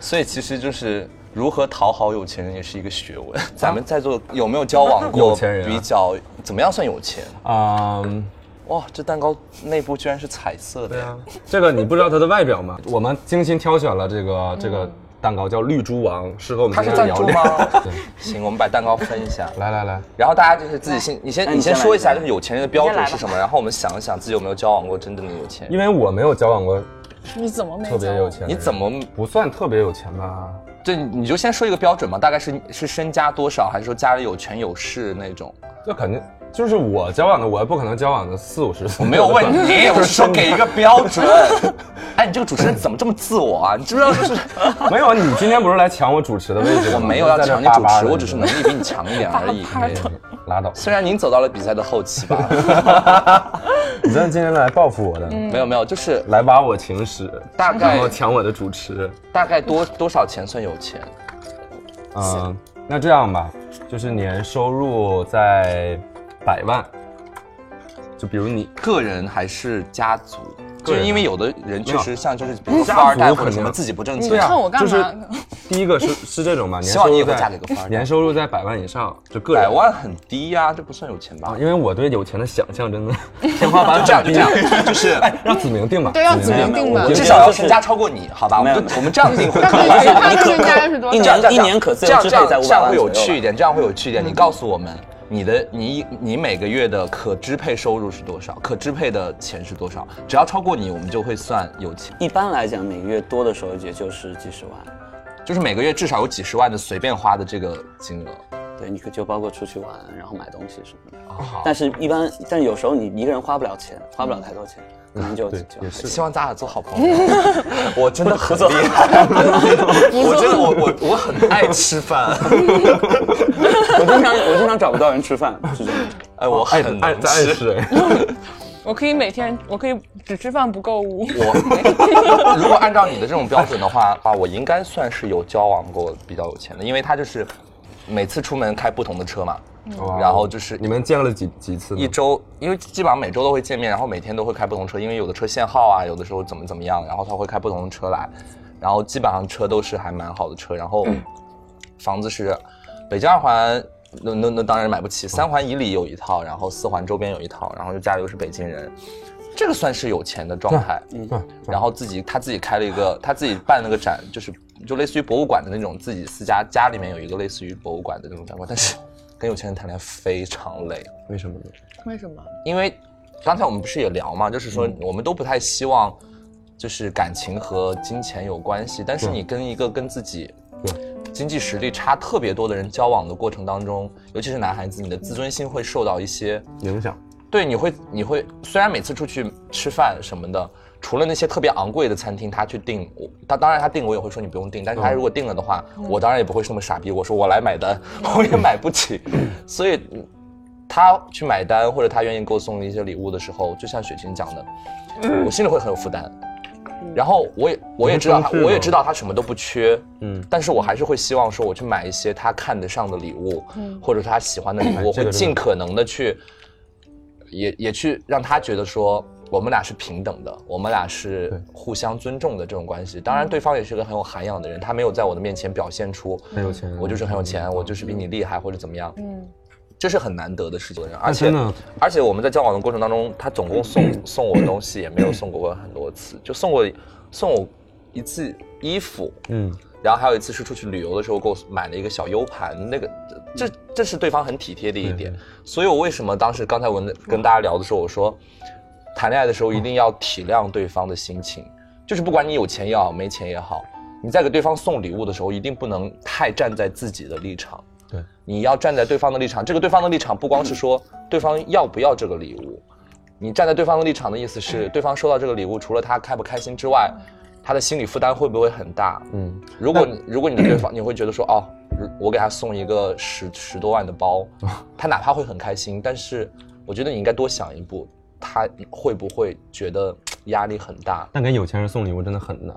Speaker 2: 所以其实就是如何讨好有钱人也是一个学问。咱们在座有没有交往过
Speaker 5: 有钱人啊
Speaker 2: 比较怎么样算有钱？
Speaker 5: 嗯，
Speaker 2: 哇，这蛋糕内部居然是彩色的
Speaker 5: 对
Speaker 2: 呀！
Speaker 5: 啊， 这个你不知道它的外表吗？我们精心挑选了这个这个蛋糕，叫绿猪王，适合我们
Speaker 2: 它
Speaker 5: 今
Speaker 2: 是
Speaker 5: 天的
Speaker 2: 赞
Speaker 5: 聊
Speaker 2: 助
Speaker 5: 天。
Speaker 2: 吗？行，我们把蛋糕分一下。
Speaker 5: 来来来，
Speaker 2: 然后大家就是自己心，你先
Speaker 6: 那你
Speaker 2: 你先
Speaker 6: 先
Speaker 2: 说一
Speaker 6: 来
Speaker 2: 下，就是有钱人的标
Speaker 1: 你先
Speaker 2: 准
Speaker 1: 来吧
Speaker 2: 是什么？然后我们想一想自己有没有交往过真正的有钱人。
Speaker 5: 因为我没有交往过
Speaker 3: 你怎么没
Speaker 5: 特别
Speaker 3: 交
Speaker 5: 有钱的人，
Speaker 2: 你怎么
Speaker 5: 不算特别有钱吧？
Speaker 2: 对？你就先说一个标准嘛，大概是是身家多少，还是说家里有权有势那种？
Speaker 5: 这肯定就是我交往的，我也不可能交往的四五十岁。
Speaker 2: 我没有问你，我是说
Speaker 5: 身
Speaker 2: 给一个标准。 哎，你这个主持人怎么这么自我啊？你知不知道就是
Speaker 5: 没有，你今天不是来抢我主持的位置吗？
Speaker 2: 我没有要
Speaker 5: 在这
Speaker 2: 抢你 主
Speaker 5: 叭叭
Speaker 2: 持，
Speaker 5: 的
Speaker 2: 我只是能力比你强一点而已。对
Speaker 5: 拉倒。
Speaker 2: 虽然您走到了比赛的后期吧，
Speaker 5: 你真的今天来报复我的，
Speaker 2: 没有没有，就是
Speaker 5: 来挖我情史，
Speaker 2: 嗯大概
Speaker 5: 然后抢我的主持。
Speaker 2: 大概多多少钱算有钱？
Speaker 5: 嗯，那这样吧，就是年收入在百万，就比如你
Speaker 2: 个人还是家族？就是因为有的人确实像就是比如说富二代或者什么自己不挣钱，
Speaker 5: 对啊
Speaker 3: 看我干
Speaker 5: 就
Speaker 3: 嘛
Speaker 5: 是第一个是是这种嘛，年
Speaker 2: 希望
Speaker 5: 收
Speaker 2: 你
Speaker 5: 入
Speaker 2: 以后
Speaker 5: 在
Speaker 2: 嫁给个富二代
Speaker 5: 年收入在百万以上，就个人
Speaker 2: 百万很低呀，这不算有钱吧
Speaker 5: 啊，？因为我对有钱的想象真的天花板
Speaker 2: 这样
Speaker 5: 很
Speaker 2: 就这
Speaker 5: 低啊
Speaker 2: 样，就是
Speaker 5: 哎，让子明定吧。
Speaker 3: 对让子
Speaker 5: 定
Speaker 3: 明定吧
Speaker 6: 我
Speaker 2: 我
Speaker 6: 觉得
Speaker 2: 至少要
Speaker 6: 就是
Speaker 2: 身家超过你，好吧？我
Speaker 6: 没有
Speaker 2: 们就我们这样定会
Speaker 3: 但
Speaker 2: 更完
Speaker 3: 是你
Speaker 2: 整。
Speaker 3: 看这个家是多少
Speaker 6: 一年？
Speaker 2: 这样这样
Speaker 6: 一年可自
Speaker 2: 这样
Speaker 6: 由支
Speaker 2: 这
Speaker 6: 配在
Speaker 2: 样
Speaker 6: 500
Speaker 2: 这样
Speaker 6: 万
Speaker 2: 会有
Speaker 6: 左右吧嗯
Speaker 2: 趣一点，这样会有趣一点。你告诉我们，你的你你每个月的可支配收入是多少？可支配的钱是多少？只要超过你，我们就会算有钱，
Speaker 6: 一般来讲，每个月多的时候也就是几十万，
Speaker 2: 就是呃每个月至少有几十万的随便花的这个金额。
Speaker 6: 对，你可就包括出去玩，然后买东西什么的。
Speaker 2: 哦
Speaker 6: 但是，一般，但有时候你一个人花不了钱，花不了太多钱，可能
Speaker 2: 嗯
Speaker 6: 就
Speaker 5: 对
Speaker 6: 就
Speaker 5: 也是
Speaker 2: 希望咱俩做好朋 友。我真的很厉害，我真的我我我很爱吃 饭，
Speaker 6: 我经常我经常找不到人吃饭，是这样。
Speaker 2: 哎，我
Speaker 5: 爱
Speaker 2: 很
Speaker 5: 爱
Speaker 2: 能
Speaker 5: 在暗
Speaker 2: 吃。
Speaker 5: 示，
Speaker 3: 我可以每天，我可以只吃饭不购物。
Speaker 2: 我如果按照你的这种标准的话，啊，我应该算是有交往过比较有钱的，因为他就是每次出门开不同的车嘛，
Speaker 5: 嗯
Speaker 2: 然后就是
Speaker 5: 你们见了几几次呢？
Speaker 2: 一周，因为基本上每周都会见面，然后每天都会开不同车，因为有的车限号啊，有的时候怎么怎么样，然后他会开不同的车来，然后基本上车都是还蛮好的车，然后房子是北京二环。那那那当然买不起，三环以里有一套，然后四环周边有一套，然后又家里又是北京人，这个算是有钱的状态。
Speaker 5: 对，
Speaker 2: 然后自己他自己开了一个，他自己办了个展，就是就类似于博物馆的那种，自己私家家里面有一个类似于博物馆的那种展馆，但是跟有钱人谈恋爱非常累，
Speaker 5: 为什么呢？
Speaker 3: 为什么？
Speaker 2: 因为刚才我们不是也聊嘛，就是说我们都不太希望就是感情和金钱有关系，但是你跟一个跟自己。经济实力差特别多的人交往的过程当中，尤其是男孩子，你的自尊心会受到一些
Speaker 5: 影响
Speaker 2: 对，你会你会，虽然每次出去吃饭什么的，除了那些特别昂贵的餐厅，他去订，我当当然他订我也会说你不用订，但
Speaker 5: 嗯
Speaker 2: 是他如果订了的话，我当然也不会这么傻逼，我说我来买单， 我也买不起， 所以嗯他去买单或者他愿意给我送一些礼物的时候，就像雪琴讲的，我心里会很有负担。然后我也我也知道他，
Speaker 5: 嗯你会装饰吗
Speaker 2: 我也知道他什么都不缺，
Speaker 5: 嗯
Speaker 2: 嗯，但是我还是会希望说，我去买一些他看得上的礼物，或者是他喜欢的礼物，我
Speaker 5: 嗯哎这
Speaker 2: 会
Speaker 5: 个
Speaker 2: 尽可能的去，也也去让他觉得说我们俩是平等的，我们俩是互相尊重的这种关系。当
Speaker 5: 嗯
Speaker 2: 然，对方也是个很有涵养的人，他没有在我的面前表现出
Speaker 5: 很有钱嗯
Speaker 2: 我就是很有钱，我就是比你厉害或者怎么样，嗯，这是很难得的事情。而
Speaker 5: 那
Speaker 2: 且
Speaker 5: 真的
Speaker 2: 而且我们在交往的过程当中，他总 共送送我东西也没有送过我很多次，就送过送我一次衣服，
Speaker 5: 嗯，
Speaker 2: 然后还有一次是出去旅游的时候给我买了一个小 U 盘，那个这这是对方很体贴的一点，所以我为什么当时刚才我那跟大家聊的时候我说，谈恋爱的时候一定要体谅对方的心情，就是不管你有钱也好，没钱也好，你在给对方送礼物的时候，一定不能太站在自己的立场。
Speaker 5: 对，
Speaker 2: 你要站在对方的立场，这个对方的立场不光是说对方要不要这个礼物，你站在对方的立场的意思是，对方收到这个礼物，除了他开不开心之外，他的心理负担会不会很大？
Speaker 5: 嗯，
Speaker 2: 如果你如果你的对方，你会觉得说哦，我给他送一个十十多万的包， 他哪怕会很开心，但是我觉得你应该多想一步，他会不会觉得压力很大？
Speaker 5: 但给有钱人送礼物真的很难，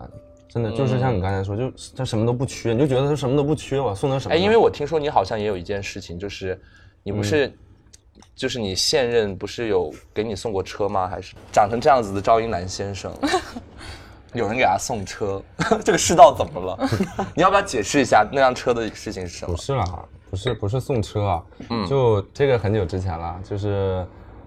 Speaker 5: 真的就是
Speaker 2: 嗯
Speaker 5: 像你刚才说，就是他什么都不缺，你就觉得他什么都不缺，我送他什么？
Speaker 2: 哎，因为我听说你好像也有一件事情，就是你不是、就是你现任不是有给你送过车吗？还是长成这样子的赵英男先生，有人给他送车， 这个世道怎么了？ 你要不要解释一下那辆车的事情是什么
Speaker 5: 不？是啦，不是不是送车啊，
Speaker 2: 嗯
Speaker 5: 就这个很久之前了，就是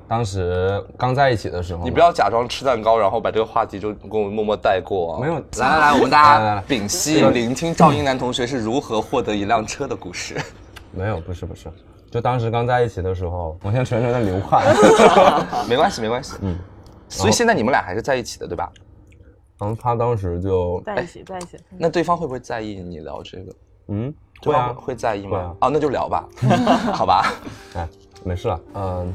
Speaker 5: 当时刚在一起的时候嘛，
Speaker 2: 你不要假装吃蛋糕，然后把这个话题就跟我默默带过啊！
Speaker 5: 没有
Speaker 2: 来来来，我们大
Speaker 5: 来来
Speaker 2: 家
Speaker 5: 来
Speaker 2: 屏息聆听赵英男同学是如何获得一辆车的故事。
Speaker 5: 没有，不是不是，就当时刚在一起的时候，我现在全身在流 汗。
Speaker 2: 没关系，没关系。嗯，所以现在你们俩还是在一起的，对吧？
Speaker 5: 然后他当时就，
Speaker 1: 在一起，在一起。
Speaker 2: 那对方会不会在意你聊这个？
Speaker 5: 嗯，
Speaker 2: 对
Speaker 5: 对
Speaker 2: 方
Speaker 5: 啊，
Speaker 2: 会在意
Speaker 5: 嗯会
Speaker 2: 吗
Speaker 5: 啊？
Speaker 2: 哦，那就聊 吧，好吧。
Speaker 5: 哎，没事了，嗯、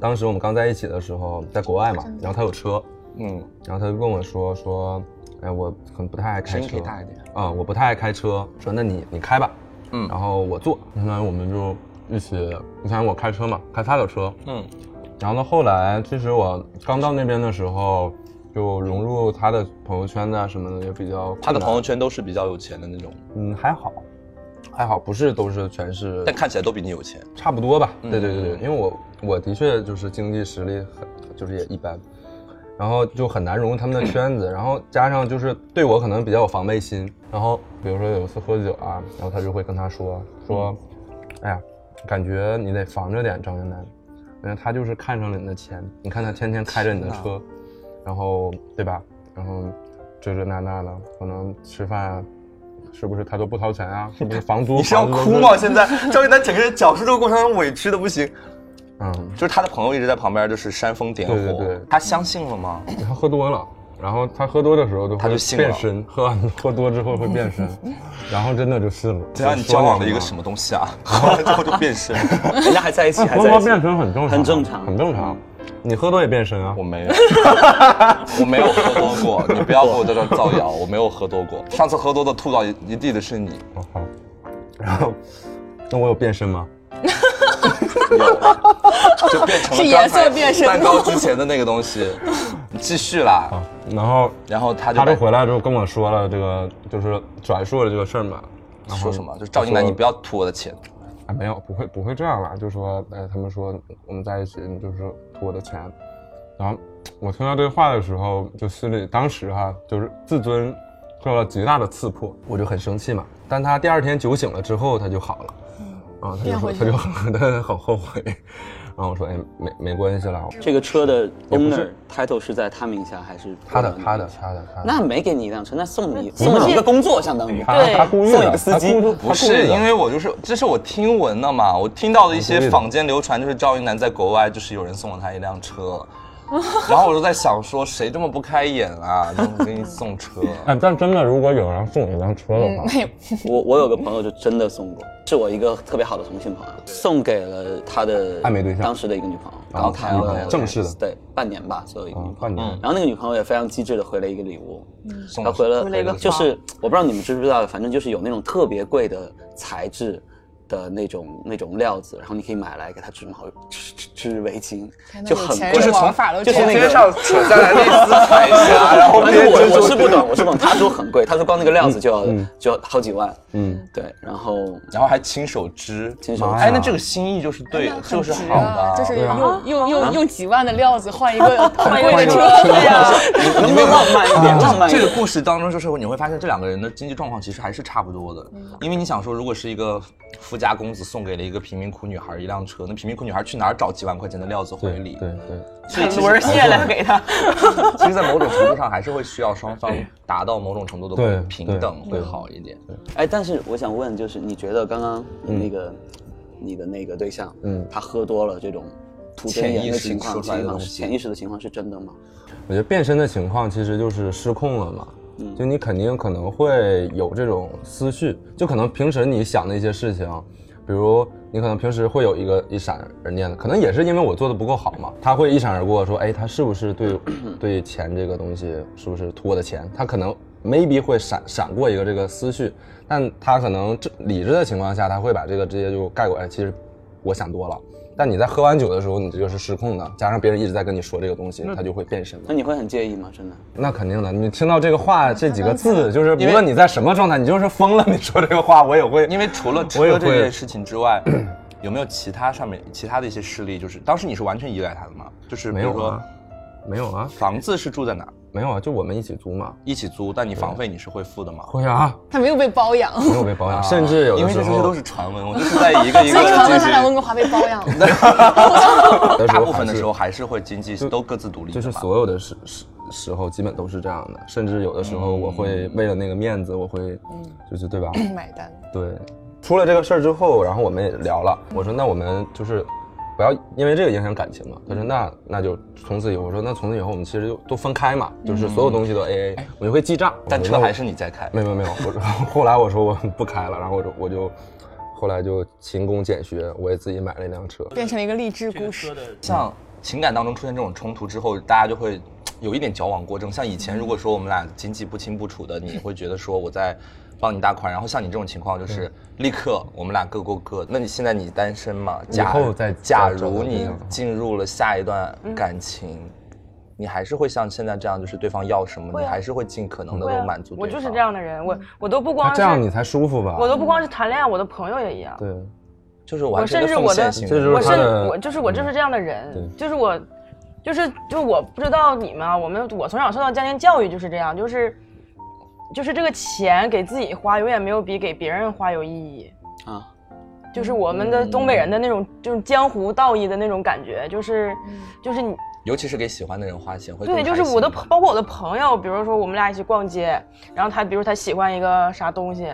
Speaker 5: 当时我们刚在一起的时候，在国外嘛，然后他有车，
Speaker 2: 嗯，
Speaker 5: 然后他就跟我说说，哎，我很不太爱开
Speaker 2: 声音可
Speaker 5: 车
Speaker 2: 以，大一点。
Speaker 5: 啊、我不太爱开车，说那你你开吧，
Speaker 2: 嗯
Speaker 5: 然后我坐，相当于我们就一起，你想我开车嘛，开他的车，
Speaker 2: 嗯
Speaker 5: 然后呢，后来其实我刚到那边的时候，就融入他的朋友圈呐、什么的也啊比较困难，
Speaker 2: 他的朋友圈都是比较有钱的那种，
Speaker 5: 嗯还好，还好不是都是全是，
Speaker 2: 但看起来都比你有钱。
Speaker 5: 差不多吧。
Speaker 2: 嗯
Speaker 5: 对对对对，因为我我的确就是经济实力很就是也一般，然后就很难融入他们的圈子，然后加上就是对我可能比较有防备心，然后比如说有一次喝酒啊，然后他就会跟他说
Speaker 2: 嗯
Speaker 5: 说，哎呀，感觉你得防着点张云南，因为他就是看上了你的钱，你看他天天开着你的车，然后对吧，然后这这那那的，可能吃饭。啊是不是他都不掏钱啊？是不是房租？
Speaker 2: 你是要
Speaker 5: 房子都
Speaker 2: 哭吗？现在 张一丹整个人讲述这个过程中委屈的不行，
Speaker 5: 嗯，
Speaker 2: 就是他的朋友一直在旁边就是煽风点火，
Speaker 5: 对对对
Speaker 2: 他相信了吗？
Speaker 5: 他喝多了，然后他喝多的时候都
Speaker 2: 他
Speaker 5: 会
Speaker 2: 就信了
Speaker 5: 变身，喝完喝多之后会变 身，然后真的就是了。
Speaker 2: 这让啊你交往了一个什么东西啊？喝完之后就 变身，
Speaker 6: 人家还在一起，还
Speaker 5: 喝
Speaker 6: 在
Speaker 5: 多
Speaker 6: 一起。
Speaker 5: 变身很正常，啊
Speaker 6: 很正常
Speaker 5: 很正常。你喝多也变身啊
Speaker 2: 我？没有， 我没有喝多过，你不要给我在这造谣，我没有喝多过。上次喝多的吐到一一地的是你，
Speaker 5: 哦好，然后那我有变身吗？
Speaker 2: 就变成了
Speaker 3: 是颜色
Speaker 2: 刚才
Speaker 3: 变身
Speaker 2: 蛋糕之前的那个东 西。你继续啦，
Speaker 5: 啊，然后
Speaker 2: 然后他就
Speaker 5: 他就
Speaker 2: 把
Speaker 5: 回来之后跟我说了这个，就是转述了这个事儿嘛。然后
Speaker 2: 说什么？就是赵英男，
Speaker 5: 说
Speaker 2: 你不要吐我的钱。
Speaker 5: 啊，没有，不会不会这样啦，就说，哎，他们说我们在一起，你就是图我的钱。然后我听到这话的时候，就心里当时哈、就是自尊受到极大的刺破，我就很生气嘛。但他第二天酒醒了之后，他就好了，啊，他就说他就很 他很后悔。然后我说，哎，没没关系啦，
Speaker 6: 这个车的
Speaker 5: 也哦不
Speaker 6: owner
Speaker 5: 是
Speaker 6: title 是在他名下还是
Speaker 5: 他的
Speaker 6: 别人
Speaker 5: 他的
Speaker 6: 名下
Speaker 5: 他的他的，
Speaker 6: 那没给你一辆车，那送你
Speaker 1: 不是
Speaker 6: 送你一个工作，相当于。
Speaker 5: 他他故意
Speaker 6: 送一
Speaker 5: 的，
Speaker 6: 个司机
Speaker 5: 他故意
Speaker 2: 不
Speaker 5: 他故
Speaker 2: 是
Speaker 5: 意的
Speaker 2: 因为我就是，这是我听闻的嘛，我听到的一些坊间流传，就是赵一楠在国外就是有人送了他一辆 车，然后我就在想说，谁这么不开眼啊， 能给你送车？
Speaker 5: 哎，但真的，如果有人送你一辆车的
Speaker 3: 嗯
Speaker 5: 话，
Speaker 6: 我我有个朋友就真的送过，是我一个特别好的同性朋友，啊送给了他的
Speaker 5: 啊暧昧对象
Speaker 6: 当时的一个女朋友，然后
Speaker 5: 啊
Speaker 6: 谈了
Speaker 5: 正式的
Speaker 6: 对半年吧，左右一个女
Speaker 5: 啊
Speaker 6: 朋，
Speaker 5: 半
Speaker 6: 友。
Speaker 5: 年嗯
Speaker 6: 然后那个女朋友也非常机智的回了一个礼物，
Speaker 2: 送
Speaker 6: 她回了
Speaker 1: 回了一个
Speaker 6: 就是我不知道你们知不知道，反正就是有那种特别贵的材质的那种那种料子，然后你可以买来给她织毛织织织围巾，就很贵，
Speaker 3: 就是
Speaker 6: 从
Speaker 3: 玩法都
Speaker 6: 就
Speaker 3: 这
Speaker 6: 是
Speaker 3: 样
Speaker 6: 那个
Speaker 2: 天上扯下来那丝彩 霞，然后
Speaker 6: 反
Speaker 2: 别人
Speaker 6: 正我
Speaker 2: 就
Speaker 6: 我是不懂，我是不懂。他说很贵，他说光那个料子就要、就要好几万。
Speaker 5: 嗯，
Speaker 6: 对，然后
Speaker 2: 然后还亲手织，
Speaker 6: 亲手织
Speaker 2: 哎，那这个心意就是对，就是好的，
Speaker 3: 这是
Speaker 5: 对啊
Speaker 3: 用用用用几万的料子换一个很贵的车，
Speaker 1: 对呀、
Speaker 6: 能不能浪漫一点？浪漫一
Speaker 2: 这
Speaker 6: 点
Speaker 2: 个。故事当中，就是你会发现这两个人的经济状况其实还是差不多的，因为你想说，如果是一个富家公子送给了一个贫民窟女孩一辆车，那贫民窟女孩去哪儿找几万块钱的料子回
Speaker 5: 对
Speaker 2: 礼？
Speaker 5: 对对。
Speaker 2: 所以其
Speaker 1: 轮
Speaker 2: 实
Speaker 1: 卸了给他。
Speaker 2: 其实，在某种程度上还是会需要双方达到某种程度
Speaker 5: 对
Speaker 2: 的平等会好一点。
Speaker 6: 哎，但是我想问，就是你觉得刚刚
Speaker 2: 嗯
Speaker 6: 你那个、你的那个对象，嗯
Speaker 5: 嗯，
Speaker 6: 他喝多了这种吐真言的情况，
Speaker 2: 潜意识说出来
Speaker 6: 情
Speaker 2: 的
Speaker 6: 况
Speaker 2: 东
Speaker 6: 是
Speaker 2: 西
Speaker 6: 潜意识的情况是真的吗？
Speaker 5: 我觉得变身的情况其实就是失控了嘛，
Speaker 6: 嗯
Speaker 5: 就你肯定可能会有这种思绪，就可能平时你想的一些事情，比如你可能平时会有一个一闪而念的，可能也是因为我做的不够好嘛，他会一闪而过说，哎，他是不是对对钱这个东西是不是图我的钱？他可能 maybe 会闪闪过一个这个思绪，但他可能这理智的情况下，他会把这个直接就盖过来，哎其实我想多了。但你在喝完酒的时候，你这个是失控的，加上别人一直在跟你说这个东西，他就会变身了
Speaker 6: 那。你会很介意吗？真的？
Speaker 5: 那肯定的，你听到这个话这几个字，就是无论你在什么状态，你就是疯了。你说这个话，我也会。
Speaker 2: 因为除了
Speaker 5: 我也会
Speaker 2: 车这件事情之外，有没有其他上面其他的一些事例？就是当时你是完全依赖他的吗？就是比
Speaker 5: 没
Speaker 2: 如
Speaker 5: 有
Speaker 2: 说
Speaker 5: 啊，没有啊，
Speaker 2: 房子是住在哪儿，
Speaker 5: 没有啊，就我们一起租嘛。
Speaker 2: 一起租，但你房费你是会付的吗？啊
Speaker 5: 会啊，
Speaker 3: 他没有被包养，
Speaker 5: 没有被保养，甚至有
Speaker 2: 因
Speaker 5: 的
Speaker 2: 为
Speaker 5: 时
Speaker 2: 这些
Speaker 5: 候
Speaker 2: 都是传闻，我就是在一 个一
Speaker 3: 所
Speaker 2: 个
Speaker 3: 以
Speaker 2: 的
Speaker 3: 常常他俩
Speaker 2: 进
Speaker 3: 温哥华被包养。
Speaker 5: 有的
Speaker 2: 大
Speaker 5: 还
Speaker 2: 部分的
Speaker 5: 是
Speaker 2: 时候还是会经济都各自独立的
Speaker 5: 就
Speaker 2: 吧，
Speaker 5: 是所有的时时时候基本都是这样的，甚至有的时候我会
Speaker 2: 嗯
Speaker 5: 为了那个面子，我会就是对吧？
Speaker 3: 买单，
Speaker 5: 对，出了这个事儿之后，然后我们也聊了，我说那我们就是不要因为这个影响感情嘛。他说那那就从此以后，我说那从此以后我们其实就都分开嘛，就是所有东西都 A A，、我就会记账。
Speaker 2: 但
Speaker 5: 我说
Speaker 2: 车
Speaker 5: 那我
Speaker 2: 还是你在开。
Speaker 5: 嗯没有没有没有， 我后来我说我不开了，然后我就我就后来就勤工俭学，我也自己买了一辆车。
Speaker 3: 变成了一个励志故事。
Speaker 2: 像情感当中出现这种冲突之后，大家就会嘖有一点矫枉过正。像以前如果说我们俩经济不清不楚的，你会觉得说我在帮你大款，然后像你这种情况就是立刻我们俩各过各。那你现在你单身嘛？假
Speaker 5: 后再
Speaker 2: 假
Speaker 5: 再找
Speaker 2: 如
Speaker 5: 个对
Speaker 2: 你
Speaker 5: 象
Speaker 2: 进入了下一段
Speaker 1: 嗯
Speaker 2: 感情。你还是会像现在这样，就是对方要什么，
Speaker 1: 会啊
Speaker 2: 你还是会尽可能的
Speaker 1: 会啊
Speaker 2: 都满足对
Speaker 1: 我
Speaker 2: 方。
Speaker 1: 就是这样的人，我我都不
Speaker 5: 那
Speaker 1: 光
Speaker 5: 啊这样你
Speaker 1: 是，
Speaker 5: 才舒服吧？
Speaker 1: 我都不光是谈恋爱，我的朋友也一样。
Speaker 5: 对，
Speaker 2: 就是完
Speaker 1: 我
Speaker 2: 全
Speaker 1: 甚
Speaker 2: 的
Speaker 1: 至
Speaker 2: 奉
Speaker 1: 我的
Speaker 2: 献型
Speaker 5: 这
Speaker 2: 人
Speaker 5: 就是
Speaker 1: 我
Speaker 5: 嗯他
Speaker 1: 甚
Speaker 5: 的
Speaker 1: 我就是我就是这样的人，
Speaker 5: 对
Speaker 1: 就是我就是就我不知道你们啊，我们我从小受到家庭教育就是这样，就是就是这个钱给自己花，永远没有比给别人花有意义。
Speaker 6: 啊，
Speaker 1: 就是我们的东北人的那种，就是江湖道义的那种感觉，就是，就是你
Speaker 2: 尤其是给喜欢的人花钱会更
Speaker 1: 对，就是
Speaker 2: 开心
Speaker 1: 我的朋，包括我的朋友，比如说我们俩一起逛街，然后他比如他喜欢一个啥东西，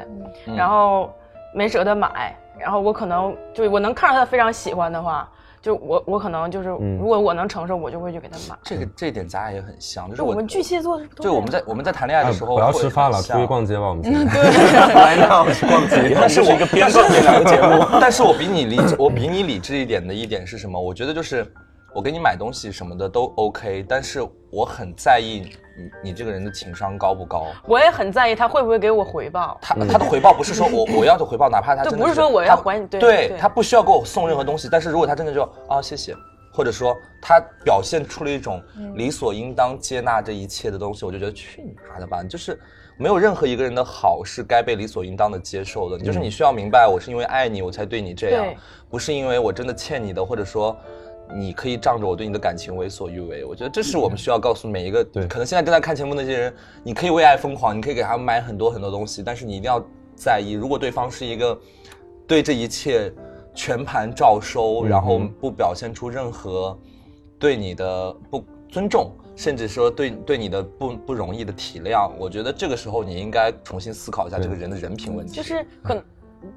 Speaker 2: 嗯
Speaker 1: 然后没舍得买，然后我可能就我能看着他非常喜欢的话，就我我可能就是
Speaker 5: 嗯
Speaker 1: 如果我能承受，我就会去给他买。
Speaker 2: 这个这一点咱俩也很像，就是
Speaker 1: 就
Speaker 2: 我
Speaker 1: 我们巨蟹座是不是都
Speaker 2: 对我们
Speaker 1: 这
Speaker 2: 在
Speaker 1: 样
Speaker 2: 我们在谈恋爱的时候
Speaker 5: 哎啊不要
Speaker 2: 会啊
Speaker 5: 吃饭了，
Speaker 2: 很
Speaker 5: 出去
Speaker 2: 像
Speaker 5: 逛街吧，我们现
Speaker 3: 嗯
Speaker 5: 在。
Speaker 6: 来那我 去逛街，
Speaker 2: 但是我
Speaker 6: 这是一个边逛街聊的节目。
Speaker 2: 但是我比你理智，我比你理智一点的一点是什么？我觉得就是我给你买东西什么的都 OK，但是我很在意你你这个人的情商高不高。
Speaker 1: 我也很在意他会不会给我回报。
Speaker 2: 他
Speaker 5: 嗯
Speaker 2: 他的回报不是说我我要的回报，哪怕他
Speaker 1: 对
Speaker 2: 真的
Speaker 1: 不是说我要
Speaker 2: 他
Speaker 1: 还你对对
Speaker 2: 他不需要给我送任何东西，但是如果他真的就啊谢谢，或者说他表现出了一种理所应当接纳这一切的东西，我就觉得去你妈的吧，就是。没有任何一个人的好是该被理所应当的接受的，就是你需要明白，我是因为爱你我才对你这样
Speaker 1: 对，
Speaker 2: 不是因为我真的欠你的，或者说你可以仗着我对你的感情为所欲为。我觉得这是我们需要告诉每一个，
Speaker 5: 对
Speaker 2: 可能现在正在看节目那些人，你可以为爱疯狂，你可以给他们买很多很多东西，但是你一定要在意，如果对方是一个对这一切全盘照收，然后不表现出任何对你的不尊重。甚至说对对你的不不容易的体谅，我觉得这个时候你应该重新思考一下这个人的人品问题。
Speaker 1: 就是可能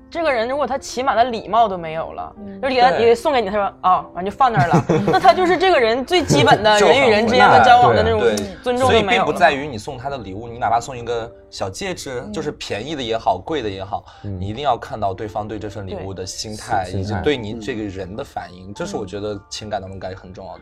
Speaker 1: 这个人如果他起码的礼貌都没有了，就是给他
Speaker 2: 对
Speaker 1: 也送给你，他说啊，完就放那儿 了，那他就是这个人最基本的
Speaker 2: 就
Speaker 1: 人与人之间的
Speaker 2: 很
Speaker 1: 交往的那
Speaker 5: 那
Speaker 1: 种嗯
Speaker 2: 对，
Speaker 1: 尊重
Speaker 2: 所以
Speaker 1: 都没
Speaker 2: 并
Speaker 1: 有
Speaker 2: 不
Speaker 1: 了。嗯
Speaker 2: 在于你送他的礼物，你哪怕送一个小戒指，就是便宜的也好，贵的也好，你一定要看到对方对这份礼物的嗯心态，嗯
Speaker 5: 心
Speaker 2: 以及
Speaker 5: 心态
Speaker 2: 对你
Speaker 1: 嗯
Speaker 2: 这个人的反应，这是我觉得情感当中该很重要的。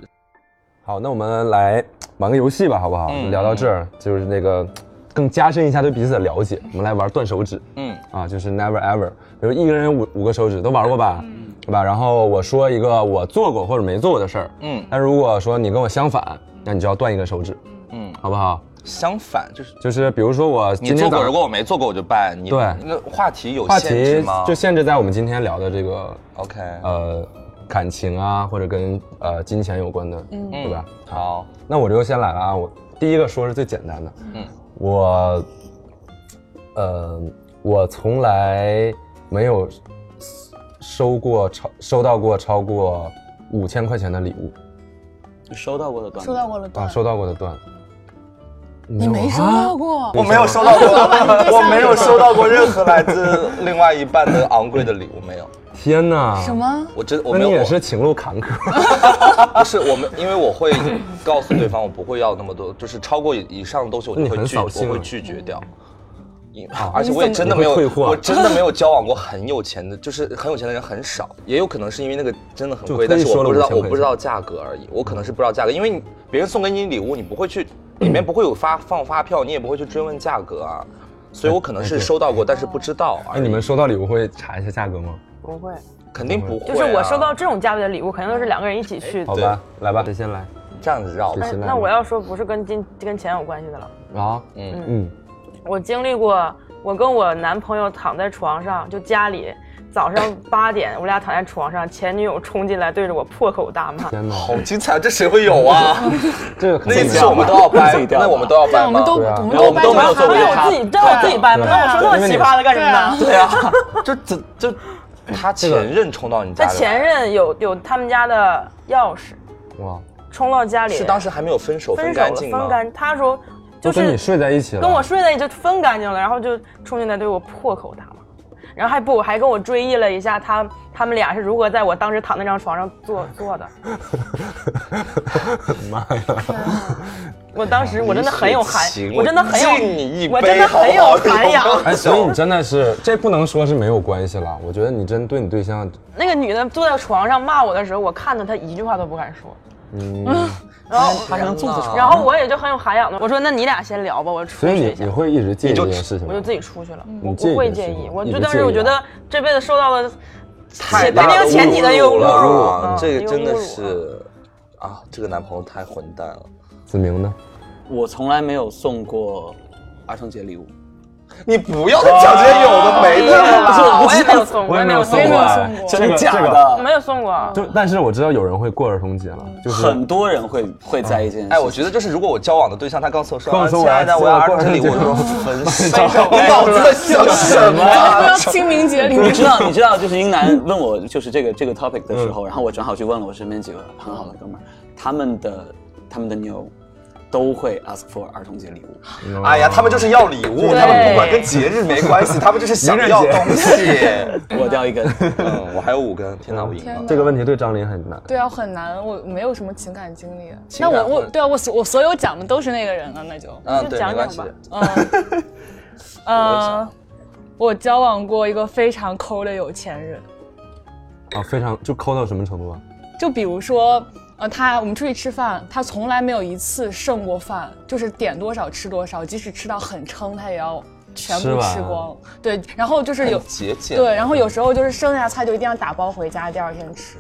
Speaker 5: 好，那我们来玩个游戏吧，好不好？
Speaker 2: 嗯
Speaker 5: 聊到这儿，就是那个更加深一下对彼此的了解。我们来玩断手指。
Speaker 2: 嗯，
Speaker 5: 啊，就是 never ever，比如一个人五五个手指都玩过吧，对吧？然后我说一个我做过或者没做过的事儿，
Speaker 2: 嗯
Speaker 5: 但如果说你跟我相反，那你就要断一个手指，
Speaker 2: 嗯，
Speaker 5: 好不好？
Speaker 2: 相反就是
Speaker 5: 就是比如说我
Speaker 2: 你
Speaker 5: 今
Speaker 2: 做
Speaker 5: 天早
Speaker 2: 过，
Speaker 5: 上
Speaker 2: 如果我没做过，我就办。你
Speaker 5: 对
Speaker 2: 那话题有
Speaker 5: 话
Speaker 2: 限
Speaker 5: 题
Speaker 2: 制吗
Speaker 5: 就限制在我们今天聊的这个
Speaker 2: ？OK，
Speaker 5: 呃感情啊，或者跟呃金钱有关的，对吧？
Speaker 2: 好，
Speaker 5: 那我就先来了啊，我第一个说是最简单的，
Speaker 2: 嗯
Speaker 5: 我，呃，我从来没有收过超收到过超过五千块钱的礼物
Speaker 6: 收到过的短
Speaker 3: 收到过了
Speaker 5: 啊，
Speaker 3: 段，
Speaker 5: 收到过的段，
Speaker 3: 嗯你没啊收
Speaker 5: 啊
Speaker 3: 到过？
Speaker 2: 我没有收到过，我没有收到过任何来自另外一半的昂贵的礼物，没有。
Speaker 5: 天哪！
Speaker 3: 什？么？
Speaker 2: 我真我
Speaker 5: 那
Speaker 2: 没有。
Speaker 5: 你也是情路坎坷，
Speaker 2: 不是我们，因为我会告诉对方我不会要那么多，就是超过以上的东西我就
Speaker 5: 那你
Speaker 2: 会
Speaker 5: 很
Speaker 2: 拒，
Speaker 5: 扫兴
Speaker 2: 我会
Speaker 5: 啊
Speaker 2: 拒绝掉。因而且我也
Speaker 3: 你
Speaker 2: 真
Speaker 5: 怎
Speaker 2: 的
Speaker 5: 么
Speaker 2: 没有，
Speaker 5: 你会退货
Speaker 2: 我真的没有交往过很有钱的，就是很有钱的人很少，也有可能是因为那个真的很贵，
Speaker 5: 就
Speaker 2: 但
Speaker 5: 特意
Speaker 2: 是
Speaker 5: 说
Speaker 2: 我
Speaker 5: 了
Speaker 2: 不知道
Speaker 5: 5000
Speaker 2: 我不知道价格而已，我可能是不知道价格，因为你别人送给你礼物，你不会去里面不会有发放发票，你也不会去追问价格啊，所以我可能是收到过，但是不知道而
Speaker 5: 哎，
Speaker 2: 已。
Speaker 5: 你们收到礼物会查一下价格吗？
Speaker 1: 不会，
Speaker 2: 肯定不会啊、
Speaker 1: 就是我收到哦这种价位的礼物，肯定都是两个人一起去的
Speaker 5: 好。吧，来吧，谁先来？
Speaker 2: 这样子绕吧
Speaker 5: 对
Speaker 1: 但是
Speaker 5: 行吧
Speaker 1: 那我要说不是跟金跟钱有关系的了，
Speaker 5: 啊，
Speaker 2: 嗯
Speaker 5: 嗯，
Speaker 1: 我经历过，我跟我男朋友躺在床上，就家里早上八点，我俩躺在床上，前女友冲进来对着我破口大骂，
Speaker 5: 天哪，
Speaker 2: 好精彩，这谁会有啊？
Speaker 5: 这个肯
Speaker 2: 那一
Speaker 5: 定
Speaker 2: 次我们都要掰
Speaker 6: 自己，掉吧
Speaker 2: 那我们都要
Speaker 3: 但
Speaker 2: 掰
Speaker 3: 我
Speaker 2: 吗
Speaker 3: 们？都
Speaker 5: 对啊
Speaker 3: 我们
Speaker 2: 我
Speaker 3: 都
Speaker 2: 们
Speaker 3: 掰
Speaker 2: 都没有
Speaker 3: 着
Speaker 2: 做
Speaker 1: 让
Speaker 2: 过
Speaker 3: 他
Speaker 2: 这
Speaker 1: 我
Speaker 2: 个
Speaker 1: 自己让我自己掰吧，
Speaker 5: 对
Speaker 1: 让我说那么奇葩的干什么呢？
Speaker 2: 对啊，就这就他前任冲到你家
Speaker 1: 他
Speaker 2: 里来，
Speaker 1: 前任有有他们家的钥匙，
Speaker 5: 哇，
Speaker 1: 冲到家里，
Speaker 2: 是当时还没有分手，
Speaker 1: 分手
Speaker 2: 干
Speaker 1: 了，
Speaker 2: 净吗
Speaker 1: 分？干。他说就
Speaker 5: 都跟你
Speaker 1: 是
Speaker 5: 睡在一起了，
Speaker 1: 跟我睡在一起就分干净了，然后就冲进来对我破口大骂，然后还不还跟我追忆了一下他他们俩是如何在我当时躺那张床上做做的。
Speaker 5: 妈呀，
Speaker 1: 哎我当时我真的很有涵
Speaker 2: 你是，情
Speaker 1: 我真的很
Speaker 2: 我敬你一
Speaker 1: 有，
Speaker 2: 杯
Speaker 1: 我真的很有涵
Speaker 2: 好 不好
Speaker 1: 养。
Speaker 5: 哎，所以你真的是这不能说是没有关系了，我觉得你真对你对象，
Speaker 1: 那个女的坐在床上骂我的时候，我看着她一句话都不敢说。
Speaker 5: 嗯，
Speaker 1: 然后，
Speaker 2: 他能坐得住
Speaker 1: 然后我也就很有涵养的，我说那你俩先聊吧，我出
Speaker 5: 所以
Speaker 1: 去一
Speaker 5: 你
Speaker 1: 下
Speaker 5: 你。会一直介意这件事情吗？
Speaker 1: 我就自己出去了。我
Speaker 5: 你介意
Speaker 1: 不会
Speaker 5: 这
Speaker 1: 介
Speaker 5: 事吗
Speaker 1: 意，我
Speaker 5: 你
Speaker 1: 就
Speaker 5: 不
Speaker 1: 当
Speaker 5: 介
Speaker 1: 时我
Speaker 5: 意
Speaker 1: 觉
Speaker 5: 啊
Speaker 1: 得这辈子受到了
Speaker 2: 太
Speaker 1: 前
Speaker 2: 大
Speaker 1: 排
Speaker 2: 的
Speaker 1: 名前几的有
Speaker 2: 侮辱
Speaker 1: 侮辱
Speaker 2: 了
Speaker 1: 啊，
Speaker 2: 这个
Speaker 1: 有
Speaker 2: 真的
Speaker 1: 侮辱啊
Speaker 2: 是啊，这个男朋友太混蛋了。
Speaker 5: 子明呢？
Speaker 6: 我从来没有送过儿童节礼物，
Speaker 2: 你不要再讲这些有的没的了
Speaker 1: 哎呀
Speaker 2: 啦。
Speaker 1: 我也没有送，
Speaker 5: 我也没有送
Speaker 1: 我也没
Speaker 5: 过
Speaker 1: 有
Speaker 5: 哎
Speaker 1: 送过，
Speaker 5: 这
Speaker 6: 真
Speaker 5: 个
Speaker 6: 的假
Speaker 5: 这个
Speaker 1: 我
Speaker 6: 的？
Speaker 1: 没有送过。
Speaker 5: 就但是我知道有人会过儿童节了，就是
Speaker 6: 很多人会会在意这件事。
Speaker 2: 哎，我觉得就是，如果我交往的对象他告诉我说，
Speaker 5: 告诉我
Speaker 2: 啊亲爱的，
Speaker 5: 我
Speaker 2: 我要
Speaker 5: 要
Speaker 2: 儿童礼物，
Speaker 5: 过
Speaker 2: 我
Speaker 5: 儿童
Speaker 2: 说
Speaker 5: 节
Speaker 2: 分手， 你脑子在想什么
Speaker 3: 咱们不
Speaker 2: 啊？
Speaker 3: 要 清明节里
Speaker 6: 你
Speaker 3: 面
Speaker 6: 知道，你知道，就是英男问我就是这个 这个 topic 的时候，
Speaker 5: 嗯
Speaker 6: 然后我正好去问了我身边几个很好的哥们儿，他们的他们的妞都会 ask for 儿童节礼物。
Speaker 2: 哎
Speaker 3: 哦
Speaker 2: 呀，他们就是要礼物，
Speaker 1: 对
Speaker 2: 他们不管跟节日没关 系，他们就是想要东西。
Speaker 6: 我掉一 根，
Speaker 9: 嗯，我还有五根，天哪，我赢
Speaker 1: 啊
Speaker 9: 了。
Speaker 5: 这个问题对张琳很难。
Speaker 3: 对啊，很难，我没有什么情感经历。
Speaker 2: 情
Speaker 3: 那
Speaker 2: 感
Speaker 3: 我我
Speaker 2: 会
Speaker 3: 对啊，我所我所有讲的都是那个人了，啊那就
Speaker 2: 嗯，对，
Speaker 1: 讲
Speaker 2: 没关
Speaker 1: 讲
Speaker 2: 系
Speaker 1: 吧。
Speaker 3: 嗯呃，我交往过一个非常抠的有钱人，
Speaker 5: 啊，非常就抠到什么程度啊？
Speaker 3: 就比如说。呃，他我们出去吃饭，他从来没有一次剩过饭，就是点多少吃多少，即使吃到很撑，他也要全
Speaker 5: 吃
Speaker 3: 部
Speaker 5: 完
Speaker 3: 吃光。对，然后就是有
Speaker 2: 很节俭，
Speaker 3: 哎对，，然后有时候就是剩下菜就一定要打包回家，第二天吃。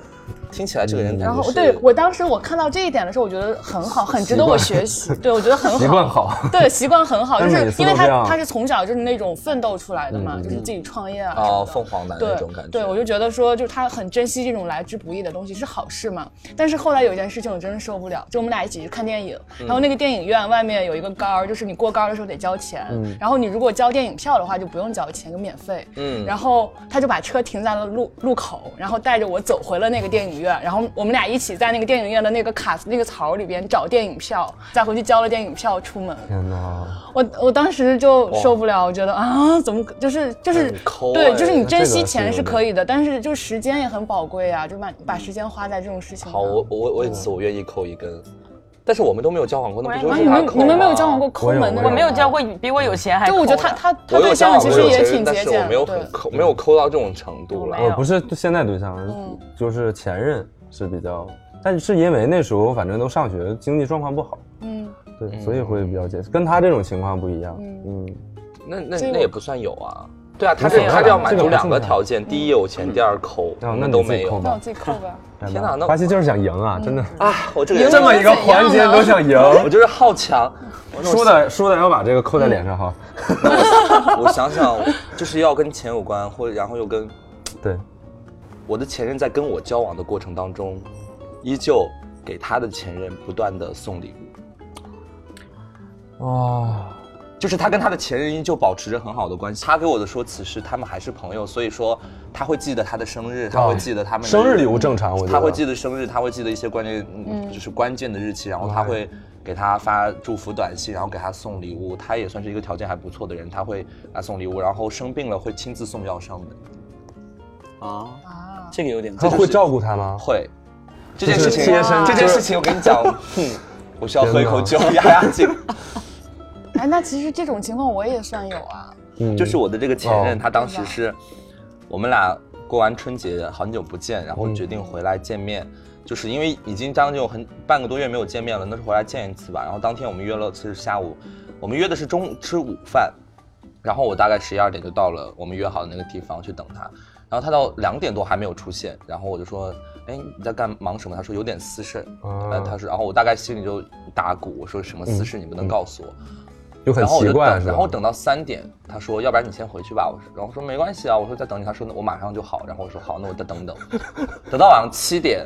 Speaker 2: 听起来这个人感
Speaker 3: 然
Speaker 2: 觉
Speaker 3: 后
Speaker 2: 是
Speaker 3: 对我当时我看到这一点的时候，我觉得很好，很值得我学 习。对，我觉得很好，
Speaker 5: 习 惯好
Speaker 3: 对，习惯很好，就
Speaker 5: 但每
Speaker 3: 是
Speaker 5: 次
Speaker 3: 因为
Speaker 5: 都
Speaker 3: 他
Speaker 5: 这样嗯
Speaker 3: 他是从小就是那种奋斗出来的嘛，就是自己创业啊什么
Speaker 2: 哦，
Speaker 3: 的
Speaker 2: 凤凰男
Speaker 3: 对
Speaker 2: 那种感觉。
Speaker 3: 对，我就觉得说，就是他很珍惜这种来之不易的东西是好事嘛。但是后来有一件事情我真的受不了，就我们俩一起去看电影，
Speaker 2: 嗯
Speaker 3: 然后那个电影院外面有一个杆儿，就是你过杆儿的时候得交钱，然后你如果交电影票的话就不用交钱，就免费。
Speaker 2: 嗯
Speaker 3: 然后他就把车停在了路路口，然后带着我走回了那个电影院，然后我们俩一起在那个电影院的那个卡那个槽里边找电影票，再回去交了电影票出门。
Speaker 5: 天哪，
Speaker 3: 我我当时就受不了，我觉得啊，怎么就是就是
Speaker 2: 很抠哎
Speaker 3: 对，就是你珍
Speaker 5: 这
Speaker 3: 惜
Speaker 5: 个是有
Speaker 3: 钱是
Speaker 5: 点
Speaker 3: 可以的，但是就时间也很宝贵啊，就把把时间花在这种事情上。
Speaker 2: 好，我我为此我愿意扣一根，但是我们都没有交往过，那不就
Speaker 1: 我
Speaker 3: 啊，
Speaker 2: 是
Speaker 3: 你
Speaker 2: 他
Speaker 3: 们
Speaker 2: 扣
Speaker 3: 你们没有
Speaker 2: 吗
Speaker 3: 交往过抠门的
Speaker 5: 我
Speaker 3: 人
Speaker 1: 我
Speaker 3: 吗？
Speaker 1: 没有交过比我有钱还
Speaker 3: 对，
Speaker 1: 抠的。
Speaker 3: 我觉得他他
Speaker 2: 我
Speaker 3: 他
Speaker 2: 有
Speaker 3: 对
Speaker 2: 交
Speaker 3: 象
Speaker 2: 往
Speaker 3: 其
Speaker 2: 过
Speaker 3: 实
Speaker 2: 有
Speaker 3: 也
Speaker 2: 钱人
Speaker 3: 挺
Speaker 2: 但
Speaker 3: 节
Speaker 2: 是我
Speaker 3: 俭
Speaker 2: 没有
Speaker 3: 的，
Speaker 2: 很
Speaker 3: 对。
Speaker 2: 抠，没有抠到这种程度
Speaker 1: 我
Speaker 2: 了
Speaker 1: 没。有嗯
Speaker 5: 我不是现在对象，就是前任是比较，但是因为那时候反正都上学，经济状况不好，
Speaker 3: 嗯，
Speaker 5: 对，所以会比较节跟他这种情况不一样。嗯，
Speaker 2: 那那
Speaker 3: 所以
Speaker 2: 那
Speaker 3: 我
Speaker 2: 也不算有啊。对啊，他这
Speaker 5: 这个
Speaker 2: 他这要
Speaker 5: 这个
Speaker 2: 满
Speaker 5: 不
Speaker 2: 足两
Speaker 5: 正
Speaker 2: 个
Speaker 5: 常
Speaker 2: 条件，第一有
Speaker 3: 嗯
Speaker 2: 钱，第二抠，
Speaker 5: 啊，
Speaker 2: 我
Speaker 5: 那
Speaker 2: 们
Speaker 5: 你自
Speaker 2: 都
Speaker 5: 己
Speaker 2: 没有
Speaker 5: 扣
Speaker 3: 那我
Speaker 5: 吧。
Speaker 3: 自己扣吧。
Speaker 2: 天哪那我
Speaker 5: 巴西就是想赢
Speaker 1: 嗯
Speaker 5: 啊，真的，
Speaker 2: 啊！我这个人
Speaker 5: 这么一个环节都想 赢，
Speaker 2: 我就是好强。
Speaker 5: 输的输的要把这个扣在脸上哈。
Speaker 2: 我想想，就是要跟钱有关，或者然后又跟
Speaker 5: 对，
Speaker 2: 我的前任在跟我交往的过程当中，依旧给他的前任不断的送礼物，
Speaker 5: 哇，
Speaker 2: 就是他跟他的前任依旧保持着很好的关系。他给我的说辞是他们还是朋友，所以说他会记得他的生日，他会记得他们的
Speaker 5: 啊生日礼物正常，我觉得
Speaker 2: 他会记得生日，他会记得一些关键，嗯就是关键的日期，然后他会给他发祝福短信，然后给他送礼物。他也算是一个条件还不错的人，他会给他送礼物，然后生病了会亲自送药上门，
Speaker 6: 啊，
Speaker 3: 啊，
Speaker 6: 这个有点
Speaker 5: 他会照顾他吗？
Speaker 2: 会。这件事情，
Speaker 5: 贴身
Speaker 2: 这件事情我跟你 讲，哼，我需要喝一口酒压压惊。
Speaker 3: 哎，那其实这种情况我也算有啊。
Speaker 5: 嗯
Speaker 2: 就是我的这个前任，
Speaker 5: 哦
Speaker 2: 他当时是我们俩过完春节很久不见，然
Speaker 5: 嗯
Speaker 2: 后决定回来见面，就是因为已经将近有很半个多月没有见面了，那就回来见一次吧。然后当天我们约了是下午，我们约的是中午吃午饭，然后我大概十一二点就到了我们约好的那个地方去等他，然后他到两点多还没有出现，然后我就说。哎，你在干忙什么？他说有点私事。
Speaker 5: 啊
Speaker 2: 呃，他说，然后我大概心里就打鼓，我说什么私事
Speaker 5: 嗯
Speaker 2: 你不能告诉我。
Speaker 5: 就很
Speaker 2: 然后我
Speaker 5: 奇
Speaker 2: 就
Speaker 5: 怪，
Speaker 2: 等，
Speaker 5: 是吧？
Speaker 2: 然后等到三点，他说要不然你先回去吧。我说，然后说没关系啊，我说再等你。他说那我马上就好。然后我说好，那我再等 等。等到晚上七点，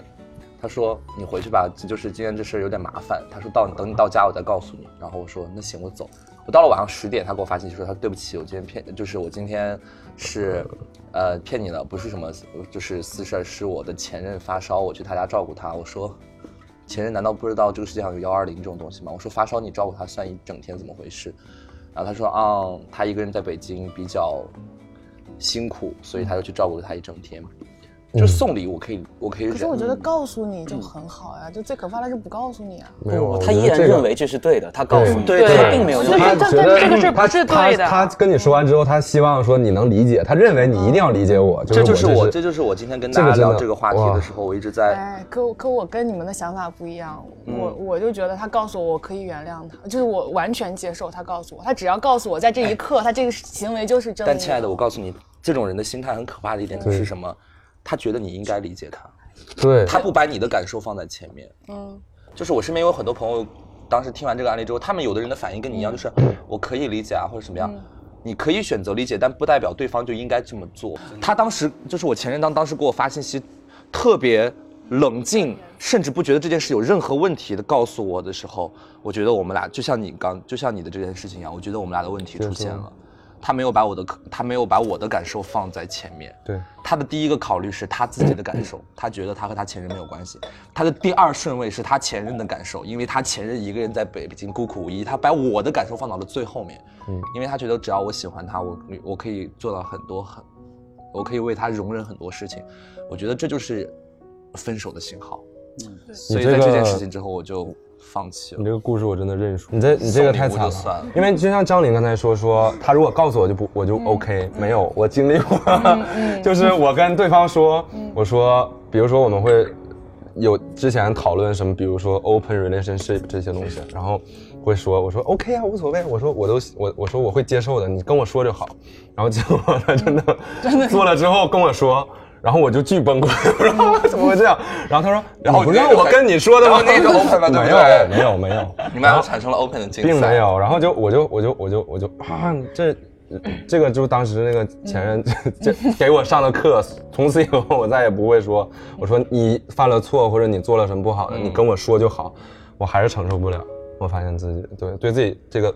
Speaker 2: 他说你回去吧，这就是今天这事儿有点麻烦。他说到等你到家我再告诉你。然后我说那行，我走。我到了晚上十点，他给我发信息说他对不起，我今天骗，就是我今天是，呃，骗你了，不是什么就是私事儿，是我的前任发烧，我去他家照顾他。我说。前任难道不知道这个世界上有幺二零这种东西吗？我说发烧你照顾他算一整天，怎么回事？然后他说，啊，他一个人在北京比较辛苦，所以他就去照顾了他一整天。
Speaker 5: 嗯
Speaker 2: 就送礼物可以，我可以忍。
Speaker 3: 可是我觉得告诉你就很好呀，就最可怕的是不告诉你啊。
Speaker 5: 没有，
Speaker 6: 哦他依然认为这是对的，他告诉你，
Speaker 2: 对对
Speaker 6: 他并没有
Speaker 1: 我
Speaker 6: 认
Speaker 1: 觉得
Speaker 6: 为
Speaker 5: 他
Speaker 1: 这
Speaker 5: 觉
Speaker 1: 这
Speaker 5: 得
Speaker 1: 这个是
Speaker 5: 他
Speaker 1: 不是
Speaker 5: 他
Speaker 1: 对的
Speaker 5: 他跟你说完之后，他希望说你能理解，他认为你一定要理解我，
Speaker 2: 这就
Speaker 5: 就是我
Speaker 2: 我，
Speaker 5: 这
Speaker 2: 这就是我今天跟
Speaker 5: 这
Speaker 2: 大
Speaker 5: 个
Speaker 2: 家
Speaker 5: 真
Speaker 2: 聊
Speaker 5: 的
Speaker 2: 这个话题
Speaker 5: 哇
Speaker 2: 的时候，我一直在
Speaker 3: 哎，可可我跟你们的想法不一样，我
Speaker 2: 嗯
Speaker 3: 我就觉得他告诉我我可以原谅他，就是我完全接受他告诉我，他只要告诉我在这一刻他这个行为就是正义。
Speaker 2: 但亲爱的，我告诉你，这种人的心态很可怕的一点就
Speaker 5: 对
Speaker 2: 是什么？他觉得你应该理解他，
Speaker 5: 对
Speaker 2: 他不把你的感受放在前面。
Speaker 3: 嗯，
Speaker 2: 就是我身边有很多朋友，当时听完这个案例之后，他们有的人的反应跟你一样，就是我可以理解啊，或者什么样。你可以选择理解，但不代表对方就应该这么做。他当时就是我前任当当时给我发信息，特别冷静，甚至不觉得这件事有任何问题的告诉我的时候，我觉得我们俩就像你刚就像你的这件事情一样，我觉得我们俩的问题出现了。他没有把我的他没有把我的感受放在前面。
Speaker 5: 对，
Speaker 2: 他的第一个考虑是他自己的感受， 他觉得他和他前任没有关系。他的第二顺位是他前任的感受，因为他前任一个人在北京孤苦无依，他把我的感受放到了最后面。嗯，因为他觉得只要我喜欢他，我我可以做到很多很，我可以为他容忍很多事情。我觉得这就是分手的信号。嗯，所以在这件事情之后，我就。放弃了。
Speaker 5: 你这个故事我真的认输。你这你这个太惨
Speaker 2: 了，了
Speaker 5: 因为就像张琳刚才说说，他如果告诉我就不我就 OK，、嗯、没有我经历过，嗯、 就是我跟对方说，嗯、我说，比如说我们会有之前讨论什么，比如说 open relationship 这些东西，然后会说我说 OK 啊，无所谓，我说我都我我说我会接受的，你跟我说就好。然后结果他 真的
Speaker 3: 真的
Speaker 5: 做了之后跟我说。然后我就巨崩溃，我说怎么会这样？然后他说，
Speaker 2: 然后
Speaker 5: 不让我跟你说的吗？
Speaker 2: 那个 open 吧，
Speaker 5: 没有哎没有没有，
Speaker 2: 你们俩产生了 open 的 竞
Speaker 5: 赛，并没有。然后就我就我就我就我就啊，这这个就当时那个前任 这给我上的课，从此以后我再也不会说，我说你犯了错或者你做了什么不好的，你跟我说就好。我还是承受不了，我发现自己对对自己这个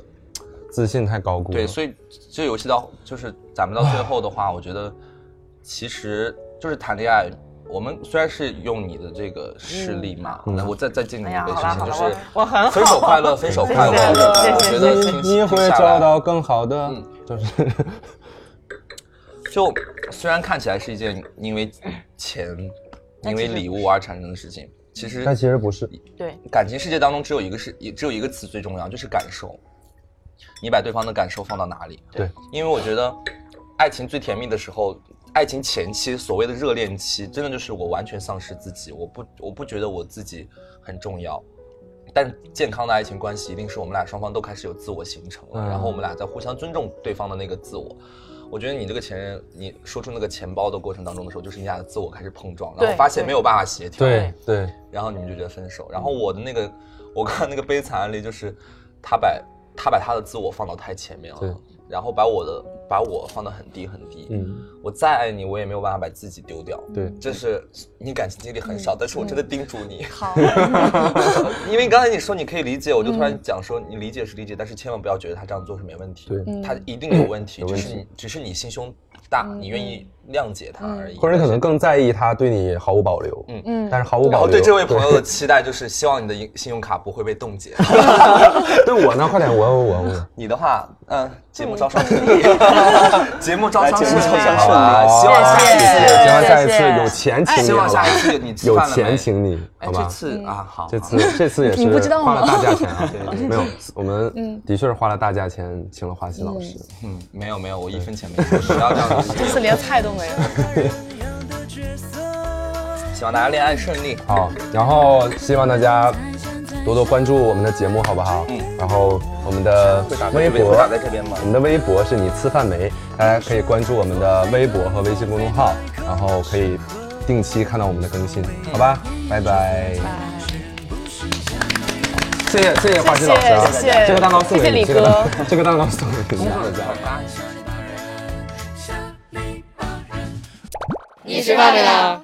Speaker 5: 自信太高估。
Speaker 2: 对，所以这游戏到就是咱们到最后的话，我觉得其实。就是谈恋爱，我们虽然是用你的这个事
Speaker 1: 嗯
Speaker 2: 例嘛，
Speaker 5: 嗯
Speaker 2: 来我再再敬
Speaker 1: 哎
Speaker 2: 你一杯事情，就是
Speaker 1: 我很
Speaker 2: 分手快乐，分手快乐， 我觉得
Speaker 5: 你会找到更好的，
Speaker 2: 嗯
Speaker 5: 就是
Speaker 2: 就虽然看起来是一件因为钱、因为礼物而产生的事情，其实
Speaker 5: 但其实不是。
Speaker 2: 嗯
Speaker 1: 对，
Speaker 2: 感情世界当中只有一个是，只有一个词最重要，就是感受。你把对方的感受放到哪里？
Speaker 5: 对，
Speaker 2: 因为我觉得爱情最甜蜜的时候。爱情前期所谓的热恋期，真的就是我完全丧失自己，我不我不觉得我自己很重要。但健康的爱情关系一定是我们俩双方都开始有自我形成了，嗯、然后我们俩在互相尊重对方的那个自我。我觉得你这个前任，你说出那个钱包的过程当中的时候，就是你俩的自我开始碰撞，然后发现没有办法协调，
Speaker 5: 对对，
Speaker 2: 然后你们就觉得分手。然
Speaker 5: 嗯
Speaker 2: 后我的那个，我看那个悲惨案例就是他，他把他把他的自我放到太前面了。然后把我的把我放得很低很低，嗯，我再爱你，我也没有办法把自己丢掉，
Speaker 5: 对，
Speaker 2: 这是你感情经历很少，但是我真的叮嘱你，
Speaker 3: 好，
Speaker 2: 因为刚才你说你可以理解，我就突然讲说你理解是理解，但是千万不要觉得他这样做是没问题，
Speaker 5: 对，嗯
Speaker 2: 他一定有问题，只是你只是你心胸大，你愿意谅解他而已，
Speaker 5: 嗯或者可能更在意他对你毫无保留，嗯嗯，但是毫无保留，
Speaker 2: 哦对这位朋友的期待就是希望你的信用卡不会被 冻结，
Speaker 5: 对我呢，快点，我我我，
Speaker 2: 你的话，嗯，节目。招 商顺利，节目招商顺利，
Speaker 5: 希
Speaker 2: 望下一次，
Speaker 5: 希望下一次有钱请你，
Speaker 2: 希望下一 次你
Speaker 5: 有钱请你，
Speaker 2: 哎，
Speaker 5: 好
Speaker 2: 这次啊，好，
Speaker 5: 这次这次也是花了大价钱啊，没有，我们的确是花了大价钱请了华西老师，
Speaker 2: 嗯，没有没有，我一分钱没收，不要这样，
Speaker 3: 这次连菜都没有。
Speaker 2: 希望大家恋爱顺利，
Speaker 5: 好，然后希望大家。多多关注我们的节目，好不好？嗯。然后我们的微博
Speaker 2: 打在这边吗？
Speaker 5: 我们的微博是你吃饭没？大家可以关注我们的微博和微信公众号，然后可以定期看到我们的更新，好吧？拜拜。谢谢谢谢花溪老师啊，
Speaker 3: 谢谢
Speaker 5: 这个蛋糕送给
Speaker 3: 李
Speaker 5: 哥，这个蛋糕送给你。
Speaker 10: 你吃饭没啦？